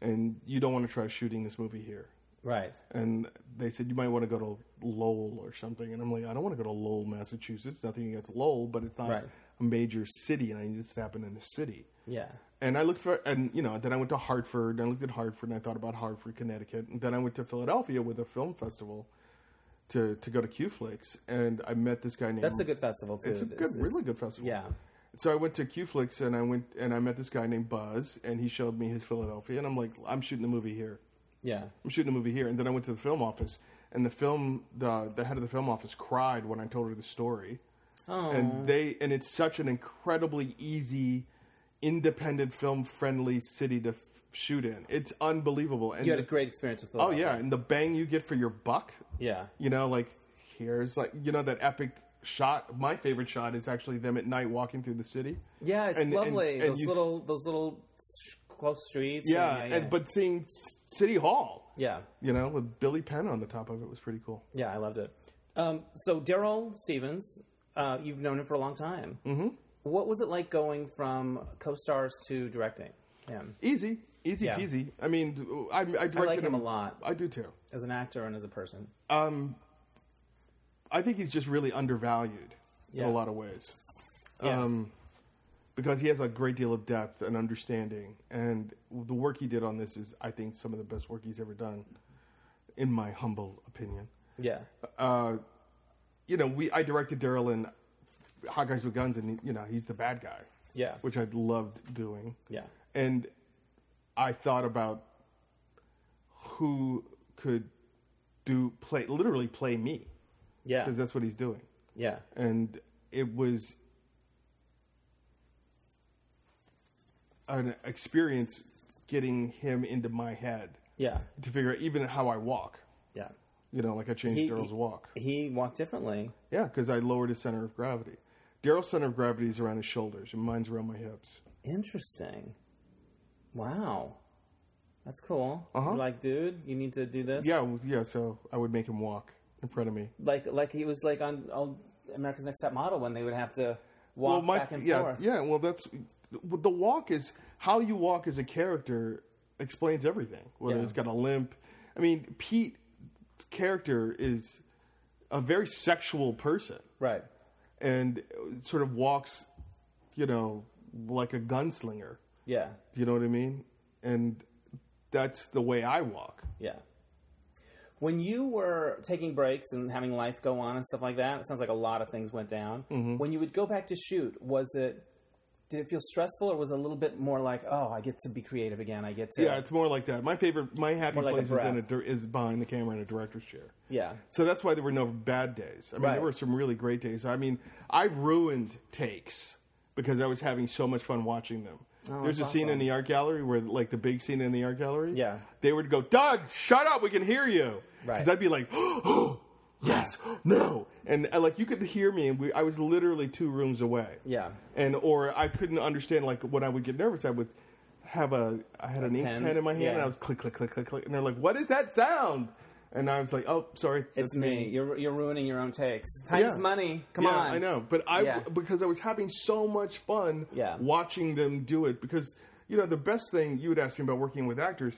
[SPEAKER 2] and you don't want to try shooting this movie here."
[SPEAKER 1] right.
[SPEAKER 2] and they said you might want to go to Lowell or something. And I'm like, I don't want to go to Lowell, Massachusetts. Nothing against Lowell, but it's not
[SPEAKER 1] Right.
[SPEAKER 2] a major city, and I need this to happen in a city.
[SPEAKER 1] Yeah,
[SPEAKER 2] And I looked for, and you know, then I went to Hartford, and I looked at Hartford, and I thought about Hartford, Connecticut, and then I went to Philadelphia with a film festival to to go to Q Flix, and I met this guy named.
[SPEAKER 1] that's a good festival too.
[SPEAKER 2] Mm. It's a good, really good festival.
[SPEAKER 1] yeah,
[SPEAKER 2] So I went to Q Flix, and I went and I met this guy named Buzz, and he showed me his Philadelphia, and I'm like, I'm shooting a movie here.
[SPEAKER 1] yeah.
[SPEAKER 2] I'm shooting a movie here, and then I went to the film office, and the film, the the head of the film office cried when I told her the story,
[SPEAKER 1] Oh,
[SPEAKER 2] and they, and it's such an incredibly easy, independent film friendly city to f- shoot in. It's unbelievable, and
[SPEAKER 1] you had a
[SPEAKER 2] the-
[SPEAKER 1] great experience with
[SPEAKER 2] oh
[SPEAKER 1] Philadelphia.
[SPEAKER 2] yeah, and the bang you get for your buck,
[SPEAKER 1] yeah,
[SPEAKER 2] you know, like here's like you know that epic shot. My favorite shot is actually them at night walking through the city.
[SPEAKER 1] yeah. It's
[SPEAKER 2] And- and-
[SPEAKER 1] lovely.
[SPEAKER 2] and
[SPEAKER 1] those
[SPEAKER 2] you-
[SPEAKER 1] little, those little s- close streets.
[SPEAKER 2] Yeah,
[SPEAKER 1] and,
[SPEAKER 2] and but seeing C- City Hall,
[SPEAKER 1] yeah,
[SPEAKER 2] you know, with Billy Penn on the top of it was pretty cool.
[SPEAKER 1] yeah. I loved it. Um, so Daryl Stevens, uh, you've known him for a long time. Mm-hmm. What was it like going from co-stars to directing him
[SPEAKER 2] Easy, easy
[SPEAKER 1] Yeah.
[SPEAKER 2] peasy. I mean, oh, I, I directed
[SPEAKER 1] like him a lot.
[SPEAKER 2] I do too.
[SPEAKER 1] as an actor and as a person?
[SPEAKER 2] I think he's just really undervalued
[SPEAKER 1] Yeah.
[SPEAKER 2] in a lot of ways
[SPEAKER 1] Yeah.
[SPEAKER 2] um, because he has a great deal of depth and understanding. And the work he did on this is, I think, some of the best work he's ever done, in my humble opinion.
[SPEAKER 1] yeah,
[SPEAKER 2] You know, we I directed Daryl in Hot Guys with Guns, and you know he's the bad guy,
[SPEAKER 1] yeah,
[SPEAKER 2] which I loved doing.
[SPEAKER 1] yeah,
[SPEAKER 2] and I thought about who could do play literally play me
[SPEAKER 1] yeah,
[SPEAKER 2] because that's what he's doing,
[SPEAKER 1] yeah,
[SPEAKER 2] and it was an experience getting him into my head
[SPEAKER 1] yeah,
[SPEAKER 2] to figure out even how I walk.
[SPEAKER 1] yeah.
[SPEAKER 2] You know, like I changed
[SPEAKER 1] He-
[SPEAKER 2] Daryl's
[SPEAKER 1] he-
[SPEAKER 2] walk.
[SPEAKER 1] He walked differently.
[SPEAKER 2] Yeah, because I lowered his center of gravity. Daryl's center of gravity is around his shoulders, and mine's around my hips.
[SPEAKER 1] Interesting. Wow. That's cool. You're Like, dude, you need to do this.
[SPEAKER 2] Uh-huh. Yeah, well, yeah. So I would make him walk in front of me.
[SPEAKER 1] Like, like he was like on, on America's Next Top Model when they would have to walk back and
[SPEAKER 2] yeah,
[SPEAKER 1] forth.
[SPEAKER 2] Yeah, well, that's well, the walk is how you walk as a character explains everything. Whether
[SPEAKER 1] Yeah.
[SPEAKER 2] it's got a limp, I mean, Pete's character is a very sexual person
[SPEAKER 1] Right.
[SPEAKER 2] and sort of walks, you know, like a gunslinger.
[SPEAKER 1] Yeah.
[SPEAKER 2] Do you know what I mean? And that's the way I walk.
[SPEAKER 1] Yeah. When you were taking breaks and having life go on and stuff like that, it sounds like a lot of things went down.
[SPEAKER 2] Mm-hmm.
[SPEAKER 1] When you would go back to shoot, was it? Did it feel stressful, or was it a little bit more like, "Oh, I get to be creative again. I get to."
[SPEAKER 2] Yeah, it's more like that. My favorite, my happy
[SPEAKER 1] like a
[SPEAKER 2] place is, in a,
[SPEAKER 1] breath.
[SPEAKER 2] dir- is behind the camera in a director's chair.
[SPEAKER 1] yeah,
[SPEAKER 2] So that's why there were no bad days. I mean,
[SPEAKER 1] Right.
[SPEAKER 2] there were some really great days. I mean, I ruined takes because I was having so much fun watching them. There's a
[SPEAKER 1] Oh, that's
[SPEAKER 2] scene
[SPEAKER 1] awesome.
[SPEAKER 2] in the art gallery where, like, the big scene in the art gallery.
[SPEAKER 1] Yeah.
[SPEAKER 2] They would go, Doug, shut up. We can hear you.
[SPEAKER 1] Right.
[SPEAKER 2] Because I'd be like, oh, yes, no. And, uh, like, you could hear me, and we, I was literally two rooms away.
[SPEAKER 1] yeah,
[SPEAKER 2] And, or I couldn't understand, like, when I would get nervous, I would have a, I had an ink
[SPEAKER 1] pen?
[SPEAKER 2] pen in my hand,
[SPEAKER 1] Yeah.
[SPEAKER 2] and I was click, click, click, click, click. And they're like, what is that sound? And I was like, oh, sorry.
[SPEAKER 1] It's me. You're you're ruining your own takes. Time
[SPEAKER 2] Yeah.
[SPEAKER 1] is money. Come
[SPEAKER 2] yeah,
[SPEAKER 1] on.
[SPEAKER 2] I know, but I
[SPEAKER 1] Yeah.
[SPEAKER 2] because I was having so much fun
[SPEAKER 1] Yeah.
[SPEAKER 2] watching them do it because you know the best thing you would ask me about working with actors,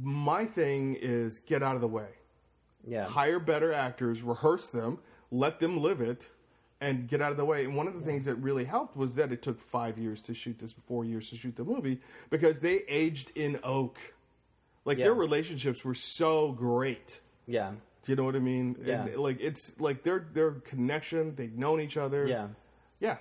[SPEAKER 2] my thing is get out of the way.
[SPEAKER 1] Yeah.
[SPEAKER 2] Hire better actors, rehearse them, let them live it and get out of the way. And one of the things that really helped was that it took 5 years to shoot this, 4 years to shoot the movie because they aged in oak. Like
[SPEAKER 1] Yeah.
[SPEAKER 2] their relationships were so great
[SPEAKER 1] Yeah.
[SPEAKER 2] Do you know what I mean?
[SPEAKER 1] Yeah.
[SPEAKER 2] And, like it's like their their connection. They've known each other.
[SPEAKER 1] Yeah.
[SPEAKER 2] Yeah.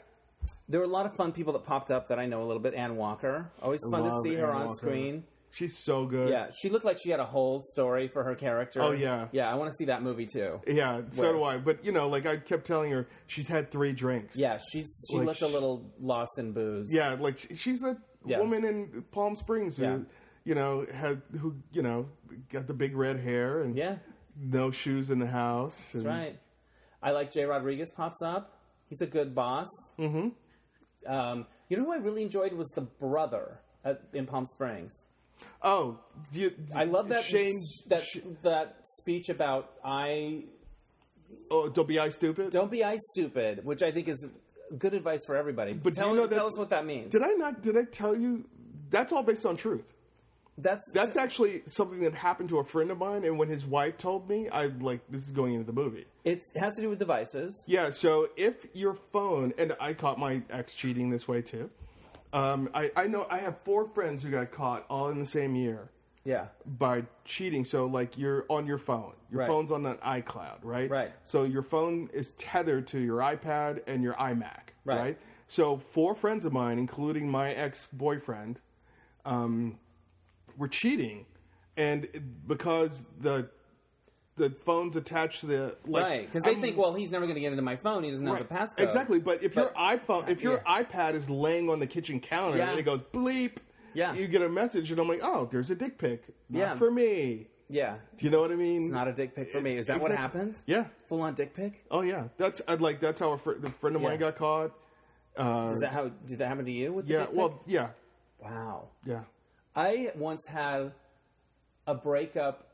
[SPEAKER 1] There were a lot of fun people that popped up that I know a little bit. Ann Walker. Always fun to
[SPEAKER 2] love
[SPEAKER 1] see her
[SPEAKER 2] Ann
[SPEAKER 1] on
[SPEAKER 2] Walker.
[SPEAKER 1] screen.
[SPEAKER 2] She's so good.
[SPEAKER 1] Yeah, she looked like she had a whole story for her character.
[SPEAKER 2] Oh, yeah.
[SPEAKER 1] Yeah, I want to see that movie too.
[SPEAKER 2] Yeah, so
[SPEAKER 1] Where?
[SPEAKER 2] do I. But you know, like I kept telling her, she's had three drinks.
[SPEAKER 1] Yeah, she's she
[SPEAKER 2] Like,
[SPEAKER 1] looked a
[SPEAKER 2] she-
[SPEAKER 1] little lost in booze.
[SPEAKER 2] yeah. Like she- she's a
[SPEAKER 1] Yeah.
[SPEAKER 2] woman in Palm Springs who,
[SPEAKER 1] Yeah.
[SPEAKER 2] you know, had who, you know, got the big red hair and
[SPEAKER 1] Yeah,
[SPEAKER 2] no shoes in the house. and-
[SPEAKER 1] right. I like Jay Rodriguez pops up. He's a good boss. Mm-hmm. Um, you know who I really enjoyed was the brother at, in Palm Springs.
[SPEAKER 2] Oh, do you,
[SPEAKER 1] I love that
[SPEAKER 2] Shane.
[SPEAKER 1] that
[SPEAKER 2] Sh-
[SPEAKER 1] that speech about I
[SPEAKER 2] oh, don't be I stupid.
[SPEAKER 1] don't be I stupid, which I think is good advice for everybody. But
[SPEAKER 2] do
[SPEAKER 1] tell,
[SPEAKER 2] you know that-
[SPEAKER 1] tell us what that means.
[SPEAKER 2] Did I not? Did I tell you? That's all based on truth.
[SPEAKER 1] that's
[SPEAKER 2] That's actually something that happened to a friend of mine, and when his wife told me, I'm like, "This is going into the movie."
[SPEAKER 1] it has to do with devices.
[SPEAKER 2] Yeah, so if your phone, and I caught my ex cheating this way too. Um, I, I know I have four friends who got caught all in the same year
[SPEAKER 1] Yeah.
[SPEAKER 2] by cheating. So, like, you're on your phone. Your
[SPEAKER 1] Right.
[SPEAKER 2] phone's on an iCloud, right?
[SPEAKER 1] Right.
[SPEAKER 2] So, your phone is tethered to your iPad and your iMac,
[SPEAKER 1] Right.
[SPEAKER 2] right? So, four friends of mine, including my ex boyfriend, um, were cheating. And it- because the the phone's attached to the like,
[SPEAKER 1] right, because they
[SPEAKER 2] I'm-
[SPEAKER 1] think, well, he's never going to get into my phone. He doesn't know the
[SPEAKER 2] Right.
[SPEAKER 1] passcode.
[SPEAKER 2] Exactly, but if your iPhone, if your
[SPEAKER 1] yeah.
[SPEAKER 2] iPad is laying on the kitchen counter
[SPEAKER 1] Yeah.
[SPEAKER 2] and it goes bleep,
[SPEAKER 1] Yeah.
[SPEAKER 2] you get a message, and I'm like, oh, there's a dick pic, not
[SPEAKER 1] Yeah.
[SPEAKER 2] for me.
[SPEAKER 1] Yeah,
[SPEAKER 2] Do you know what I mean?
[SPEAKER 1] not a dick pic for me. Is that
[SPEAKER 2] Exactly.
[SPEAKER 1] what happened?
[SPEAKER 2] yeah.
[SPEAKER 1] Full on dick pic.
[SPEAKER 2] Oh yeah. That's I'd like that's how a, fr- a friend of
[SPEAKER 1] Yeah.
[SPEAKER 2] mine got caught. Uh,
[SPEAKER 1] Is that how did that happen to you? With the
[SPEAKER 2] yeah.
[SPEAKER 1] dick pic?
[SPEAKER 2] Well, yeah,
[SPEAKER 1] wow.
[SPEAKER 2] yeah.
[SPEAKER 1] I once had a breakup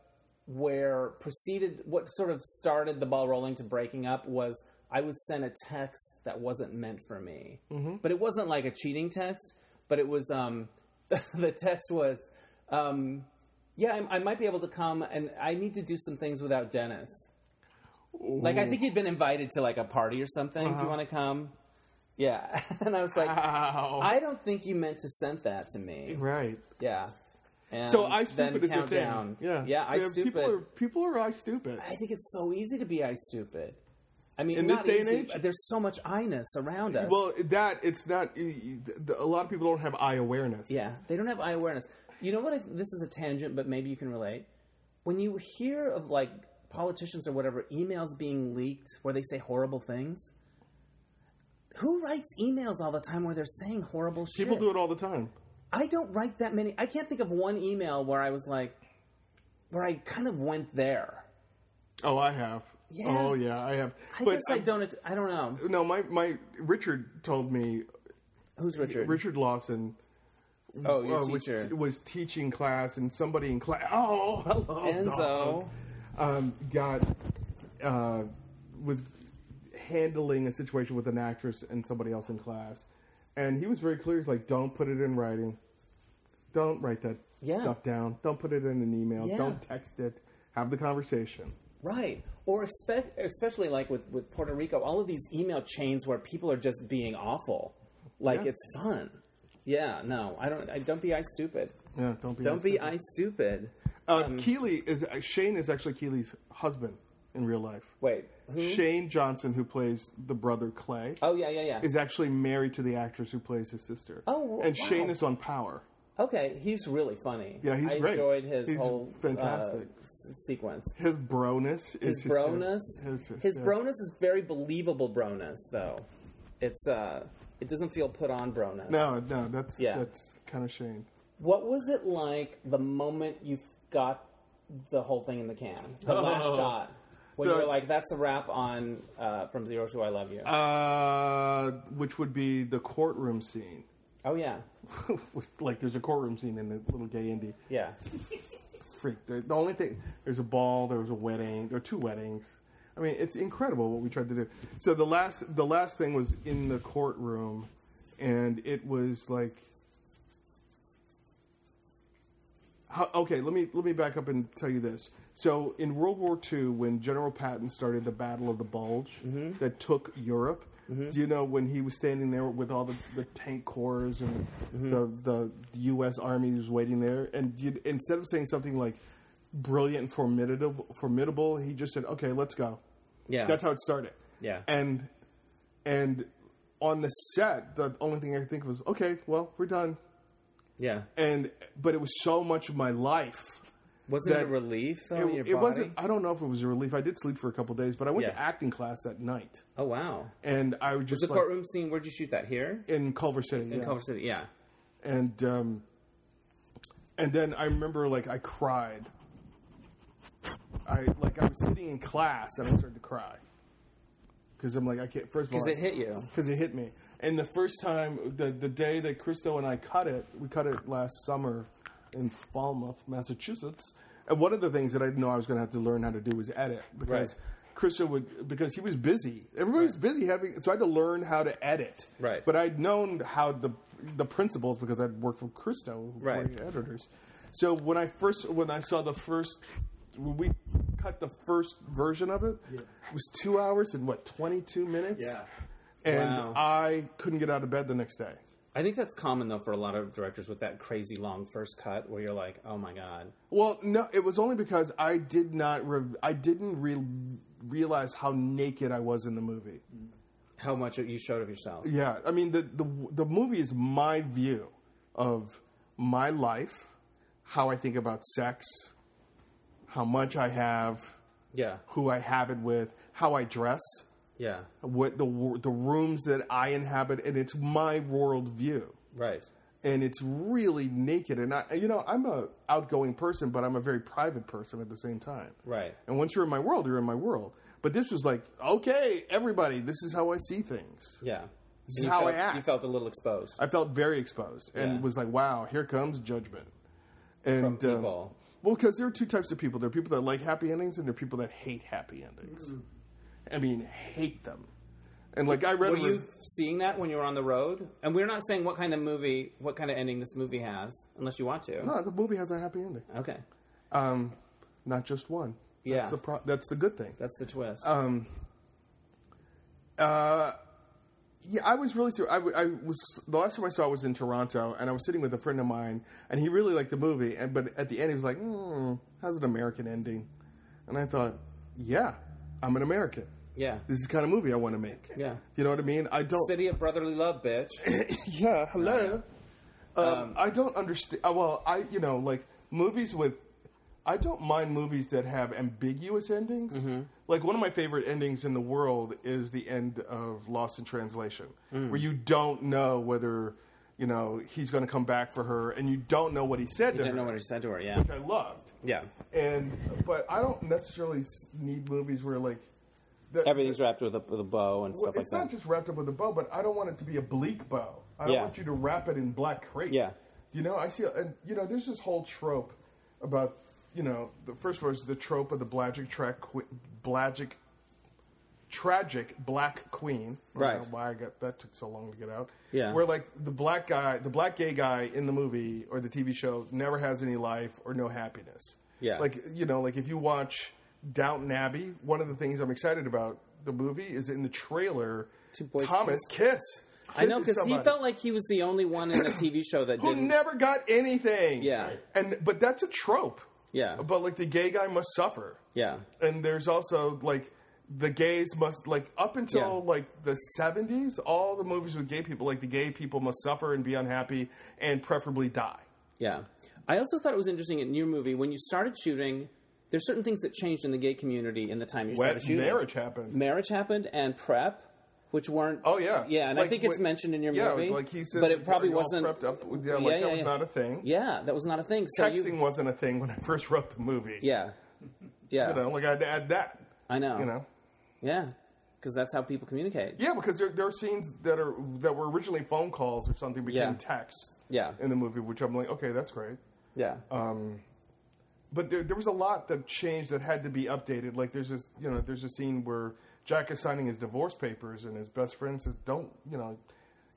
[SPEAKER 1] where preceded what sort of started the ball rolling to breaking up was I was sent a text that wasn't meant for me, but it wasn't like a cheating text. But it was um, the text was, um, yeah, I, I might be able to come, and I need to do some things without Dennis. Like I think he'd been invited to like a party or something. Do you want to come? Yeah, and I was like,
[SPEAKER 2] Uh-huh. Ow.
[SPEAKER 1] I don't think you meant to send that to me.
[SPEAKER 2] right. Um,
[SPEAKER 1] Yeah. And
[SPEAKER 2] So I
[SPEAKER 1] then
[SPEAKER 2] stupid is the
[SPEAKER 1] count
[SPEAKER 2] thing.
[SPEAKER 1] down.
[SPEAKER 2] Yeah.
[SPEAKER 1] Yeah, I stupid.
[SPEAKER 2] People are people are I stupid.
[SPEAKER 1] I think it's so easy to be I stupid. I mean,
[SPEAKER 2] In this
[SPEAKER 1] not
[SPEAKER 2] day and
[SPEAKER 1] easy,
[SPEAKER 2] age?
[SPEAKER 1] but there's so much I-ness around us.
[SPEAKER 2] Well, that it's not. you- you- the- A lot of people don't have eye awareness.
[SPEAKER 1] yeah, they don't have eye awareness. You know what? I, this is a tangent, but maybe you can relate. When you hear of like politicians or whatever emails being leaked where they say horrible things, who writes emails all the time where they're saying horrible shit?
[SPEAKER 2] People do it all the time.
[SPEAKER 1] I don't write that many. I can't think of one email where I was like, where I kind of went there.
[SPEAKER 2] Oh, I have.
[SPEAKER 1] Yeah.
[SPEAKER 2] Oh, yeah, I have.
[SPEAKER 1] I guess I, don't. I don't know
[SPEAKER 2] No, my my Richard told me
[SPEAKER 1] who's Richard.
[SPEAKER 2] Richard Lawson
[SPEAKER 1] oh, your
[SPEAKER 2] uh, was,
[SPEAKER 1] teacher
[SPEAKER 2] was teaching class, and somebody in class. Oh, hello,
[SPEAKER 1] Enzo.
[SPEAKER 2] dog. Um, got uh, was handling a situation with an actress and somebody else in class, and he was very clear. He's like, "Don't put it in writing. Don't write that
[SPEAKER 1] Yeah.
[SPEAKER 2] stuff down. Don't put it in an email.
[SPEAKER 1] Yeah.
[SPEAKER 2] Don't text it. Have the conversation."
[SPEAKER 1] right? Or expect, especially like with with Puerto Rico, all of these email chains where people are just being awful. Like
[SPEAKER 2] Yeah.
[SPEAKER 1] it's fun. Yeah. No, I don't. I, don't be I stupid.
[SPEAKER 2] Yeah, don't be.
[SPEAKER 1] Don't be um,
[SPEAKER 2] stupid.
[SPEAKER 1] I stupid.
[SPEAKER 2] Uh, Keeley is uh, Shane is actually Keeley's husband in real life.
[SPEAKER 1] Wait. Who?
[SPEAKER 2] Shane Johnson, who plays the brother Clay,
[SPEAKER 1] Oh yeah, yeah, yeah.
[SPEAKER 2] is actually married to the actress who plays his sister.
[SPEAKER 1] Oh,
[SPEAKER 2] and
[SPEAKER 1] wow.
[SPEAKER 2] Shane is on Power.
[SPEAKER 1] okay, he's really funny.
[SPEAKER 2] Yeah, he's
[SPEAKER 1] I
[SPEAKER 2] great.
[SPEAKER 1] enjoyed his
[SPEAKER 2] He's
[SPEAKER 1] whole
[SPEAKER 2] fantastic.
[SPEAKER 1] uh, s- sequence.
[SPEAKER 2] His broness is
[SPEAKER 1] His broness.
[SPEAKER 2] His,
[SPEAKER 1] His broness is very believable broness, though. It's uh, it doesn't feel put on broness.
[SPEAKER 2] No, no, that's
[SPEAKER 1] Yeah.
[SPEAKER 2] that's kind of Shane.
[SPEAKER 1] What was it like the moment you got the whole thing in the can, the last
[SPEAKER 2] Oh.
[SPEAKER 1] shot, when you
[SPEAKER 2] The-
[SPEAKER 1] were like, "That's a wrap on uh, from zero to I love you."
[SPEAKER 2] Uh, which would be the courtroom scene.
[SPEAKER 1] oh yeah,
[SPEAKER 2] like, there's a courtroom scene in the little gay indie.
[SPEAKER 1] yeah,
[SPEAKER 2] freak. The the only thing there's a ball, there was a wedding, there were two weddings. I mean, it's incredible what we tried to do. So the last the last thing was in the courtroom, and it was like, how, okay, let me let me back up and tell you this. So in World War II, when General Patton started the Battle of the Bulge that took Europe. Do you know when he was standing there with all the, the tank corps and the, the the U.S. Army was waiting there, and you, instead of saying something like brilliant and formidable. Formidable. He just said, "Okay, let's go."
[SPEAKER 1] Yeah.
[SPEAKER 2] That's how it started.
[SPEAKER 1] yeah.
[SPEAKER 2] And and on the set, the only thing I could think was, "Okay, well, we're done."
[SPEAKER 1] yeah.
[SPEAKER 2] And but it was so much of my life.
[SPEAKER 1] Wasn't it a
[SPEAKER 2] that-
[SPEAKER 1] relief though? in your
[SPEAKER 2] It,
[SPEAKER 1] body?
[SPEAKER 2] it wasn't. I don't know if it was a relief. I did sleep for a couple days, but I went to
[SPEAKER 1] Yeah.
[SPEAKER 2] acting class that night,
[SPEAKER 1] Oh wow.
[SPEAKER 2] and I was just
[SPEAKER 1] The
[SPEAKER 2] like
[SPEAKER 1] courtroom scene. Where'd you shoot that? Here
[SPEAKER 2] in Culver City.
[SPEAKER 1] in
[SPEAKER 2] yeah.
[SPEAKER 1] Culver City. Yeah.
[SPEAKER 2] and um, and then I remember like I cried. I like I was sitting in class and I started to cry because I'm like I can't. First of all,
[SPEAKER 1] Because it hit you.
[SPEAKER 2] because it hit me. And the first time, the the day that Christo and I cut it, we cut it last summer in Falmouth, Massachusetts. And one of the things that I didn't know I was going to have to learn how to do was edit because
[SPEAKER 1] Right.
[SPEAKER 2] Christo would because he was busy. Everybody was busy having, so I had to learn how to edit.
[SPEAKER 1] Right.
[SPEAKER 2] But I'd known how the the principles because I'd worked for Christo, who
[SPEAKER 1] Right.
[SPEAKER 2] were editors. So when I first when I saw the first when we cut the first version of it, it was two hours and what twenty two minutes and
[SPEAKER 1] Wow.
[SPEAKER 2] I couldn't get out of bed the next day.
[SPEAKER 1] I think that's common though for a lot of directors with that crazy long first cut where you're like, oh my god.
[SPEAKER 2] Well, no, it was only because I did not. Re- I didn't re- realize how naked I was in the movie.
[SPEAKER 1] How much you showed of yourself.
[SPEAKER 2] Yeah, I mean the the the movie is my view of my life, how I think about sex, how much I have,
[SPEAKER 1] Yeah.
[SPEAKER 2] who I have it with, how I dress,
[SPEAKER 1] Yeah.
[SPEAKER 2] what the wo- the rooms that I inhabit, and it's my world view.
[SPEAKER 1] Right.
[SPEAKER 2] and it's really naked. And I, you know, I'm a outgoing person, but I'm a very private person at the same time.
[SPEAKER 1] Right.
[SPEAKER 2] And once you're in my world, you're in my world. But this was like, okay, everybody, this is how I see things.
[SPEAKER 1] Yeah. And
[SPEAKER 2] This is
[SPEAKER 1] you
[SPEAKER 2] how
[SPEAKER 1] felt,
[SPEAKER 2] I act.
[SPEAKER 1] You felt a little exposed
[SPEAKER 2] I felt very exposed and
[SPEAKER 1] Yeah.
[SPEAKER 2] was like, wow, here comes judgment. And
[SPEAKER 1] from
[SPEAKER 2] um,
[SPEAKER 1] people.
[SPEAKER 2] well, because there are two types of people. There are people that like happy endings, and there are people that hate happy endings. I mean, hate them. And like I read,
[SPEAKER 1] Were
[SPEAKER 2] a
[SPEAKER 1] Mm-hmm. you
[SPEAKER 2] rev-
[SPEAKER 1] seeing that when you were on the road? And we're not saying what kind of movie, what kind of ending this movie has, unless you want to.
[SPEAKER 2] no, the movie has a happy ending,
[SPEAKER 1] Okay,
[SPEAKER 2] um, not just one.
[SPEAKER 1] Yeah.
[SPEAKER 2] that's the, pro- that's the good thing.
[SPEAKER 1] that's the twist.
[SPEAKER 2] Uh, Um, Yeah, I was really. sur- I, w- I was the last time I saw it was in Toronto, and I was sitting with a friend of mine, and he really liked the movie, and but at the end he was like, mm, "How's an American ending?" And I thought, "Yeah, I'm an American.
[SPEAKER 1] yeah,
[SPEAKER 2] This is the kind of movie I want to make."
[SPEAKER 1] yeah.
[SPEAKER 2] You know what I mean? I don't.
[SPEAKER 1] City of Brotherly Love, bitch.
[SPEAKER 2] Yeah, hello. Um, I don't understand. Well, I you know like movies with. I don't mind movies that have ambiguous endings. Like one of my favorite endings in the world is the end of Lost in Translation, where you don't know whether you know he's going to come back for her, and you don't know what he said to
[SPEAKER 1] Didn't
[SPEAKER 2] her,
[SPEAKER 1] know what he said to her. Yeah,
[SPEAKER 2] which I loved.
[SPEAKER 1] yeah.
[SPEAKER 2] And but I don't necessarily s- need movies where like the,
[SPEAKER 1] Everything's wrapped with a, with a bow and
[SPEAKER 2] well,
[SPEAKER 1] stuff like
[SPEAKER 2] it's not
[SPEAKER 1] that.
[SPEAKER 2] just wrapped up with a bow, but I don't want it to be a bleak bow. I don't
[SPEAKER 1] Yeah.
[SPEAKER 2] want you to wrap it in black crepe.
[SPEAKER 1] Yeah.
[SPEAKER 2] You know, I see, and you know, there's this whole trope about, you know, the first one is the trope of the blagic track, que- blagic, tragic black queen. I don't
[SPEAKER 1] Right.
[SPEAKER 2] know why I got that took so long to get out.
[SPEAKER 1] Yeah.
[SPEAKER 2] Where like the black guy, the black gay guy in the movie or the TV show never has any life or no happiness.
[SPEAKER 1] Yeah.
[SPEAKER 2] Like you know, like if you watch Downton Abbey, one of the things I'm excited about the movie is in the trailer.
[SPEAKER 1] Two boys
[SPEAKER 2] Thomas kiss.
[SPEAKER 1] I know
[SPEAKER 2] Kisses
[SPEAKER 1] because he
[SPEAKER 2] somebody
[SPEAKER 1] felt like he was the only one in the TV show that
[SPEAKER 2] who
[SPEAKER 1] didn't.
[SPEAKER 2] never got anything.
[SPEAKER 1] Yeah.
[SPEAKER 2] and but that's a trope.
[SPEAKER 1] Yeah.
[SPEAKER 2] But like the gay guy must suffer,
[SPEAKER 1] Yeah,
[SPEAKER 2] and there's also like the gays must like up until
[SPEAKER 1] Yeah.
[SPEAKER 2] like the 70s, all the movies with gay people like the gay people must suffer and be unhappy and preferably die.
[SPEAKER 1] yeah. I also thought it was interesting in your movie when you started shooting. There's certain things that changed in the gay community in the time you
[SPEAKER 2] When
[SPEAKER 1] started shooting.
[SPEAKER 2] marriage happened.
[SPEAKER 1] marriage happened and prep, which weren't.
[SPEAKER 2] Oh, yeah.
[SPEAKER 1] yeah, and I
[SPEAKER 2] Like,
[SPEAKER 1] think it's
[SPEAKER 2] wh-
[SPEAKER 1] mentioned in your
[SPEAKER 2] yeah,
[SPEAKER 1] movie.
[SPEAKER 2] like he said,
[SPEAKER 1] but it probably
[SPEAKER 2] "Are you all
[SPEAKER 1] wasn't.
[SPEAKER 2] prepped up. Yeah, like
[SPEAKER 1] Yeah,
[SPEAKER 2] that
[SPEAKER 1] yeah,
[SPEAKER 2] was
[SPEAKER 1] yeah.
[SPEAKER 2] not a thing.
[SPEAKER 1] Yeah, that was not a thing. So
[SPEAKER 2] Texting
[SPEAKER 1] you,
[SPEAKER 2] wasn't a thing when I first wrote the movie.
[SPEAKER 1] yeah, yeah,
[SPEAKER 2] you know, like I had to add that.
[SPEAKER 1] I know,
[SPEAKER 2] You know.
[SPEAKER 1] yeah, because that's how people communicate.
[SPEAKER 2] Yeah, because there, there are scenes that are that were originally phone calls or something became
[SPEAKER 1] Yeah.
[SPEAKER 2] texts.
[SPEAKER 1] Yeah.
[SPEAKER 2] In the movie, which I'm like, okay, that's great.
[SPEAKER 1] Yeah,
[SPEAKER 2] But there, there was a lot that changed that had to be updated. Like there's this, you know, there's a scene where Jack is signing his divorce papers, and his best friend says, "Don't, you know,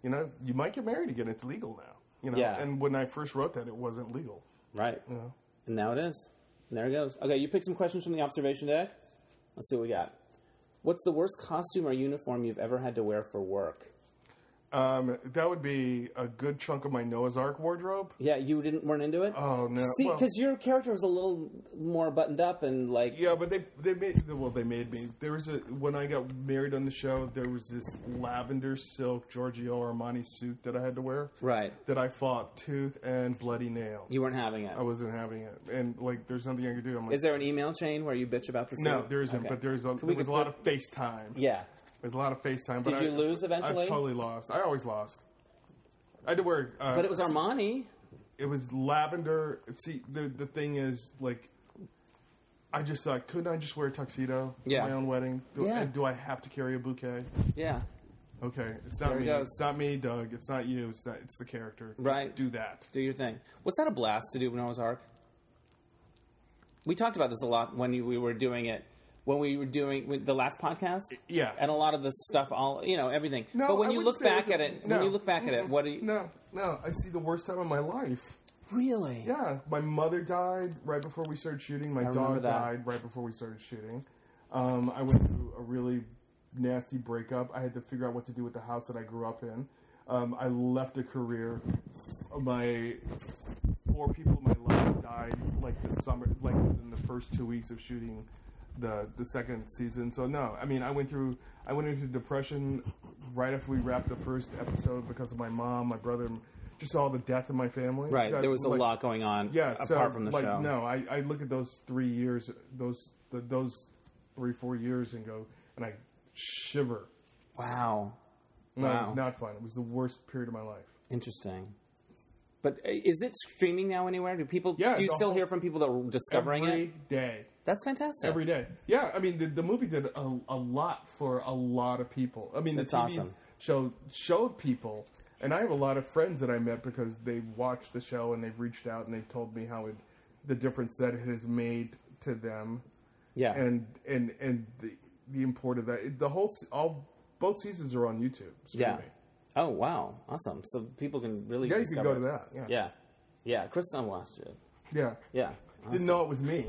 [SPEAKER 2] you know, you might get married again. It's legal now." You know.
[SPEAKER 1] Yeah.
[SPEAKER 2] And when I first wrote that, it wasn't legal.
[SPEAKER 1] right. And now it is. And there it goes. Okay, you pick some questions from the observation deck. Let's see what we got. What's the worst costume or uniform you've ever had to wear for work?
[SPEAKER 2] Um, that would be a good chunk of my Noah's Ark wardrobe.
[SPEAKER 1] Yeah, you didn't weren't into it.
[SPEAKER 2] Oh no!
[SPEAKER 1] See,
[SPEAKER 2] Well-
[SPEAKER 1] because your character was a little more buttoned up and like
[SPEAKER 2] Yeah, but they they made well they made me. There was a when I got married on the show, there was this lavender silk Giorgio Armani suit that I had to wear.
[SPEAKER 1] right.
[SPEAKER 2] That I fought tooth and bloody nail.
[SPEAKER 1] You weren't having it. Is
[SPEAKER 2] I wasn't having it, and like there's nothing I could do. I'm like,
[SPEAKER 1] there an email chain where you bitch about the suit?
[SPEAKER 2] no, there isn't.
[SPEAKER 1] Okay.
[SPEAKER 2] But there's a
[SPEAKER 1] we
[SPEAKER 2] there was a
[SPEAKER 1] could
[SPEAKER 2] lot
[SPEAKER 1] put-
[SPEAKER 2] of FaceTime.
[SPEAKER 1] yeah.
[SPEAKER 2] There's a lot of FaceTime.
[SPEAKER 1] Did
[SPEAKER 2] but
[SPEAKER 1] you
[SPEAKER 2] I,
[SPEAKER 1] lose eventually?
[SPEAKER 2] I totally lost. I always lost. I had to wear. Uh,
[SPEAKER 1] But it was Armani.
[SPEAKER 2] it was lavender. See, the the thing is, like, I just thought, couldn't I just wear a tuxedo? at
[SPEAKER 1] Yeah.
[SPEAKER 2] My own wedding. Do,
[SPEAKER 1] Yeah.
[SPEAKER 2] and do I have to carry a bouquet?
[SPEAKER 1] Yeah.
[SPEAKER 2] Okay, it's not
[SPEAKER 1] There it
[SPEAKER 2] me.
[SPEAKER 1] goes.
[SPEAKER 2] It's not me, Doug. It's not you. It's not. It's the character.
[SPEAKER 1] Right.
[SPEAKER 2] Do that.
[SPEAKER 1] Do your thing. Was that a blast to do Noah's Ark? We talked about this a lot when you- we were doing it, when we were doing with the last podcast.
[SPEAKER 2] yeah.
[SPEAKER 1] and a lot of the stuff, all you know, everything.
[SPEAKER 2] No,
[SPEAKER 1] but when
[SPEAKER 2] I
[SPEAKER 1] you
[SPEAKER 2] wouldn't
[SPEAKER 1] look
[SPEAKER 2] say it
[SPEAKER 1] back
[SPEAKER 2] was
[SPEAKER 1] at
[SPEAKER 2] a-
[SPEAKER 1] it,
[SPEAKER 2] no.
[SPEAKER 1] when you look back at it, what do you
[SPEAKER 2] No, no. I see the worst time of my life.
[SPEAKER 1] really?
[SPEAKER 2] Yeah, my mother died right before we started shooting. My
[SPEAKER 1] remember
[SPEAKER 2] dog
[SPEAKER 1] that.
[SPEAKER 2] died right before we started shooting. Um, I went through a really nasty breakup. I had to figure out what to do with the house that I grew up in. Um, I left a career. My four people in my life died like the summer, like in the first two weeks of shooting the the second season. So no, I mean I went through I went into depression right after we wrapped the first episode because of my mom, my brother, just all the death in my family.
[SPEAKER 1] Right.
[SPEAKER 2] That,
[SPEAKER 1] there was a
[SPEAKER 2] like,
[SPEAKER 1] lot going on.
[SPEAKER 2] yeah,
[SPEAKER 1] apart
[SPEAKER 2] so,
[SPEAKER 1] from the
[SPEAKER 2] like,
[SPEAKER 1] show.
[SPEAKER 2] No, I, I look at those three years, those th those three four years, and go, and I shiver.
[SPEAKER 1] Wow.
[SPEAKER 2] No, it
[SPEAKER 1] Wow.
[SPEAKER 2] was not fun. It was the worst period of my life.
[SPEAKER 1] Interesting. But uh, is it streaming now anywhere? Do people?
[SPEAKER 2] Yeah,
[SPEAKER 1] do you
[SPEAKER 2] the
[SPEAKER 1] still
[SPEAKER 2] whole-
[SPEAKER 1] hear from people that are discovering
[SPEAKER 2] Every
[SPEAKER 1] it?
[SPEAKER 2] day.
[SPEAKER 1] That's fantastic.
[SPEAKER 2] every day. Yeah, I mean the, the movie did a, a lot for a lot of people. I mean the
[SPEAKER 1] That's
[SPEAKER 2] TV
[SPEAKER 1] awesome.
[SPEAKER 2] show showed people, and I have a lot of friends that I met because they watched the show and they've reached out and they've told me how it, the difference that it has made to them.
[SPEAKER 1] yeah.
[SPEAKER 2] and and and the, the import of that It- the whole se- all both seasons are on YouTube.
[SPEAKER 1] yeah.
[SPEAKER 2] streaming.
[SPEAKER 1] Oh wow, awesome. So people can really.
[SPEAKER 2] yeah, you can
[SPEAKER 1] discover
[SPEAKER 2] go to that. Yeah,
[SPEAKER 1] it. Yeah. Yeah. Kristen watched it.
[SPEAKER 2] yeah.
[SPEAKER 1] Yeah.
[SPEAKER 2] Didn't know it was me.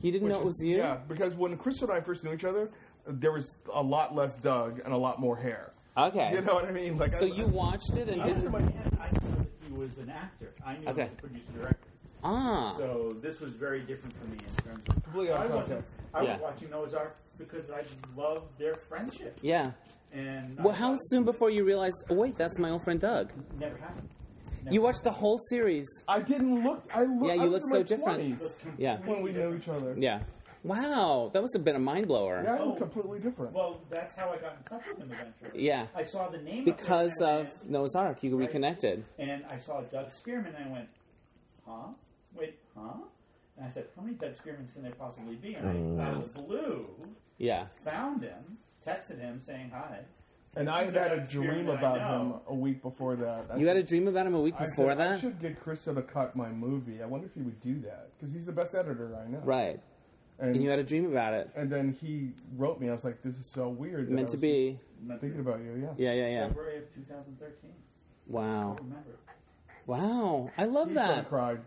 [SPEAKER 1] He didn't know it was you.
[SPEAKER 2] Yeah, because when Chris and I first knew each other, there was a lot less Doug and a lot more hair.
[SPEAKER 1] Okay.
[SPEAKER 2] You know what I mean? Like,
[SPEAKER 1] so
[SPEAKER 2] I,
[SPEAKER 1] you watched it and
[SPEAKER 3] I
[SPEAKER 1] didn't.
[SPEAKER 3] was in my head, I thought that he was an actor. I knew
[SPEAKER 1] Okay.
[SPEAKER 3] he was a producer director.
[SPEAKER 1] Ah.
[SPEAKER 3] So this was very different for me in terms of
[SPEAKER 2] Completely out of
[SPEAKER 3] I wasn't-
[SPEAKER 2] context.
[SPEAKER 3] I was
[SPEAKER 1] Yeah.
[SPEAKER 3] watching Noah's Ark because I loved their friendship.
[SPEAKER 1] yeah.
[SPEAKER 3] And I
[SPEAKER 1] Well, how
[SPEAKER 3] thought
[SPEAKER 1] soon before you realized? Oh, wait, that's my old friend Doug.
[SPEAKER 3] it never happened. Never
[SPEAKER 1] You watched the whole series.
[SPEAKER 2] I didn't look. I look.
[SPEAKER 1] Yeah, you
[SPEAKER 2] I was
[SPEAKER 1] look
[SPEAKER 2] in
[SPEAKER 1] so
[SPEAKER 2] my
[SPEAKER 1] different.
[SPEAKER 2] 20s
[SPEAKER 1] Yeah.
[SPEAKER 2] when we knew each other.
[SPEAKER 1] Yeah. Wow, that must have been a mind blower.
[SPEAKER 2] yeah, I'm
[SPEAKER 3] Oh.
[SPEAKER 2] completely different.
[SPEAKER 3] Well, that's how I got in touch with him eventually.
[SPEAKER 1] Yeah.
[SPEAKER 3] I saw the name
[SPEAKER 1] Because
[SPEAKER 3] of
[SPEAKER 1] of
[SPEAKER 3] it, and-
[SPEAKER 1] Noah's Ark, you reconnected.
[SPEAKER 3] and I saw Doug Spearman, and I went, "Huh? Wait, huh?" And I said, "How many Doug Spearmans can there possibly be?" And I,
[SPEAKER 1] Mm.
[SPEAKER 3] out of the blue,
[SPEAKER 1] Yeah.
[SPEAKER 3] found him, texted him saying hi.
[SPEAKER 2] and I had had a dream
[SPEAKER 3] Experiment I
[SPEAKER 2] about
[SPEAKER 3] know.
[SPEAKER 2] him a week before that. I
[SPEAKER 1] You had a
[SPEAKER 2] said-
[SPEAKER 1] dream about him a week
[SPEAKER 2] I
[SPEAKER 1] before
[SPEAKER 2] said, I
[SPEAKER 1] that?
[SPEAKER 2] should get Chris to cut my movie. I wonder if he would do that because he's the best editor I know.
[SPEAKER 1] Right.
[SPEAKER 2] And,
[SPEAKER 1] And you had a dream about it.
[SPEAKER 2] and then he wrote me. I was like, "This is so weird." that I
[SPEAKER 1] Meant to
[SPEAKER 2] was
[SPEAKER 1] be.
[SPEAKER 2] just Thinking about you, yeah.
[SPEAKER 1] Yeah, yeah, yeah.
[SPEAKER 3] February of 2013.
[SPEAKER 1] Wow.
[SPEAKER 3] I remember.
[SPEAKER 1] Wow. I love
[SPEAKER 2] He's gonna
[SPEAKER 1] that.
[SPEAKER 2] cry.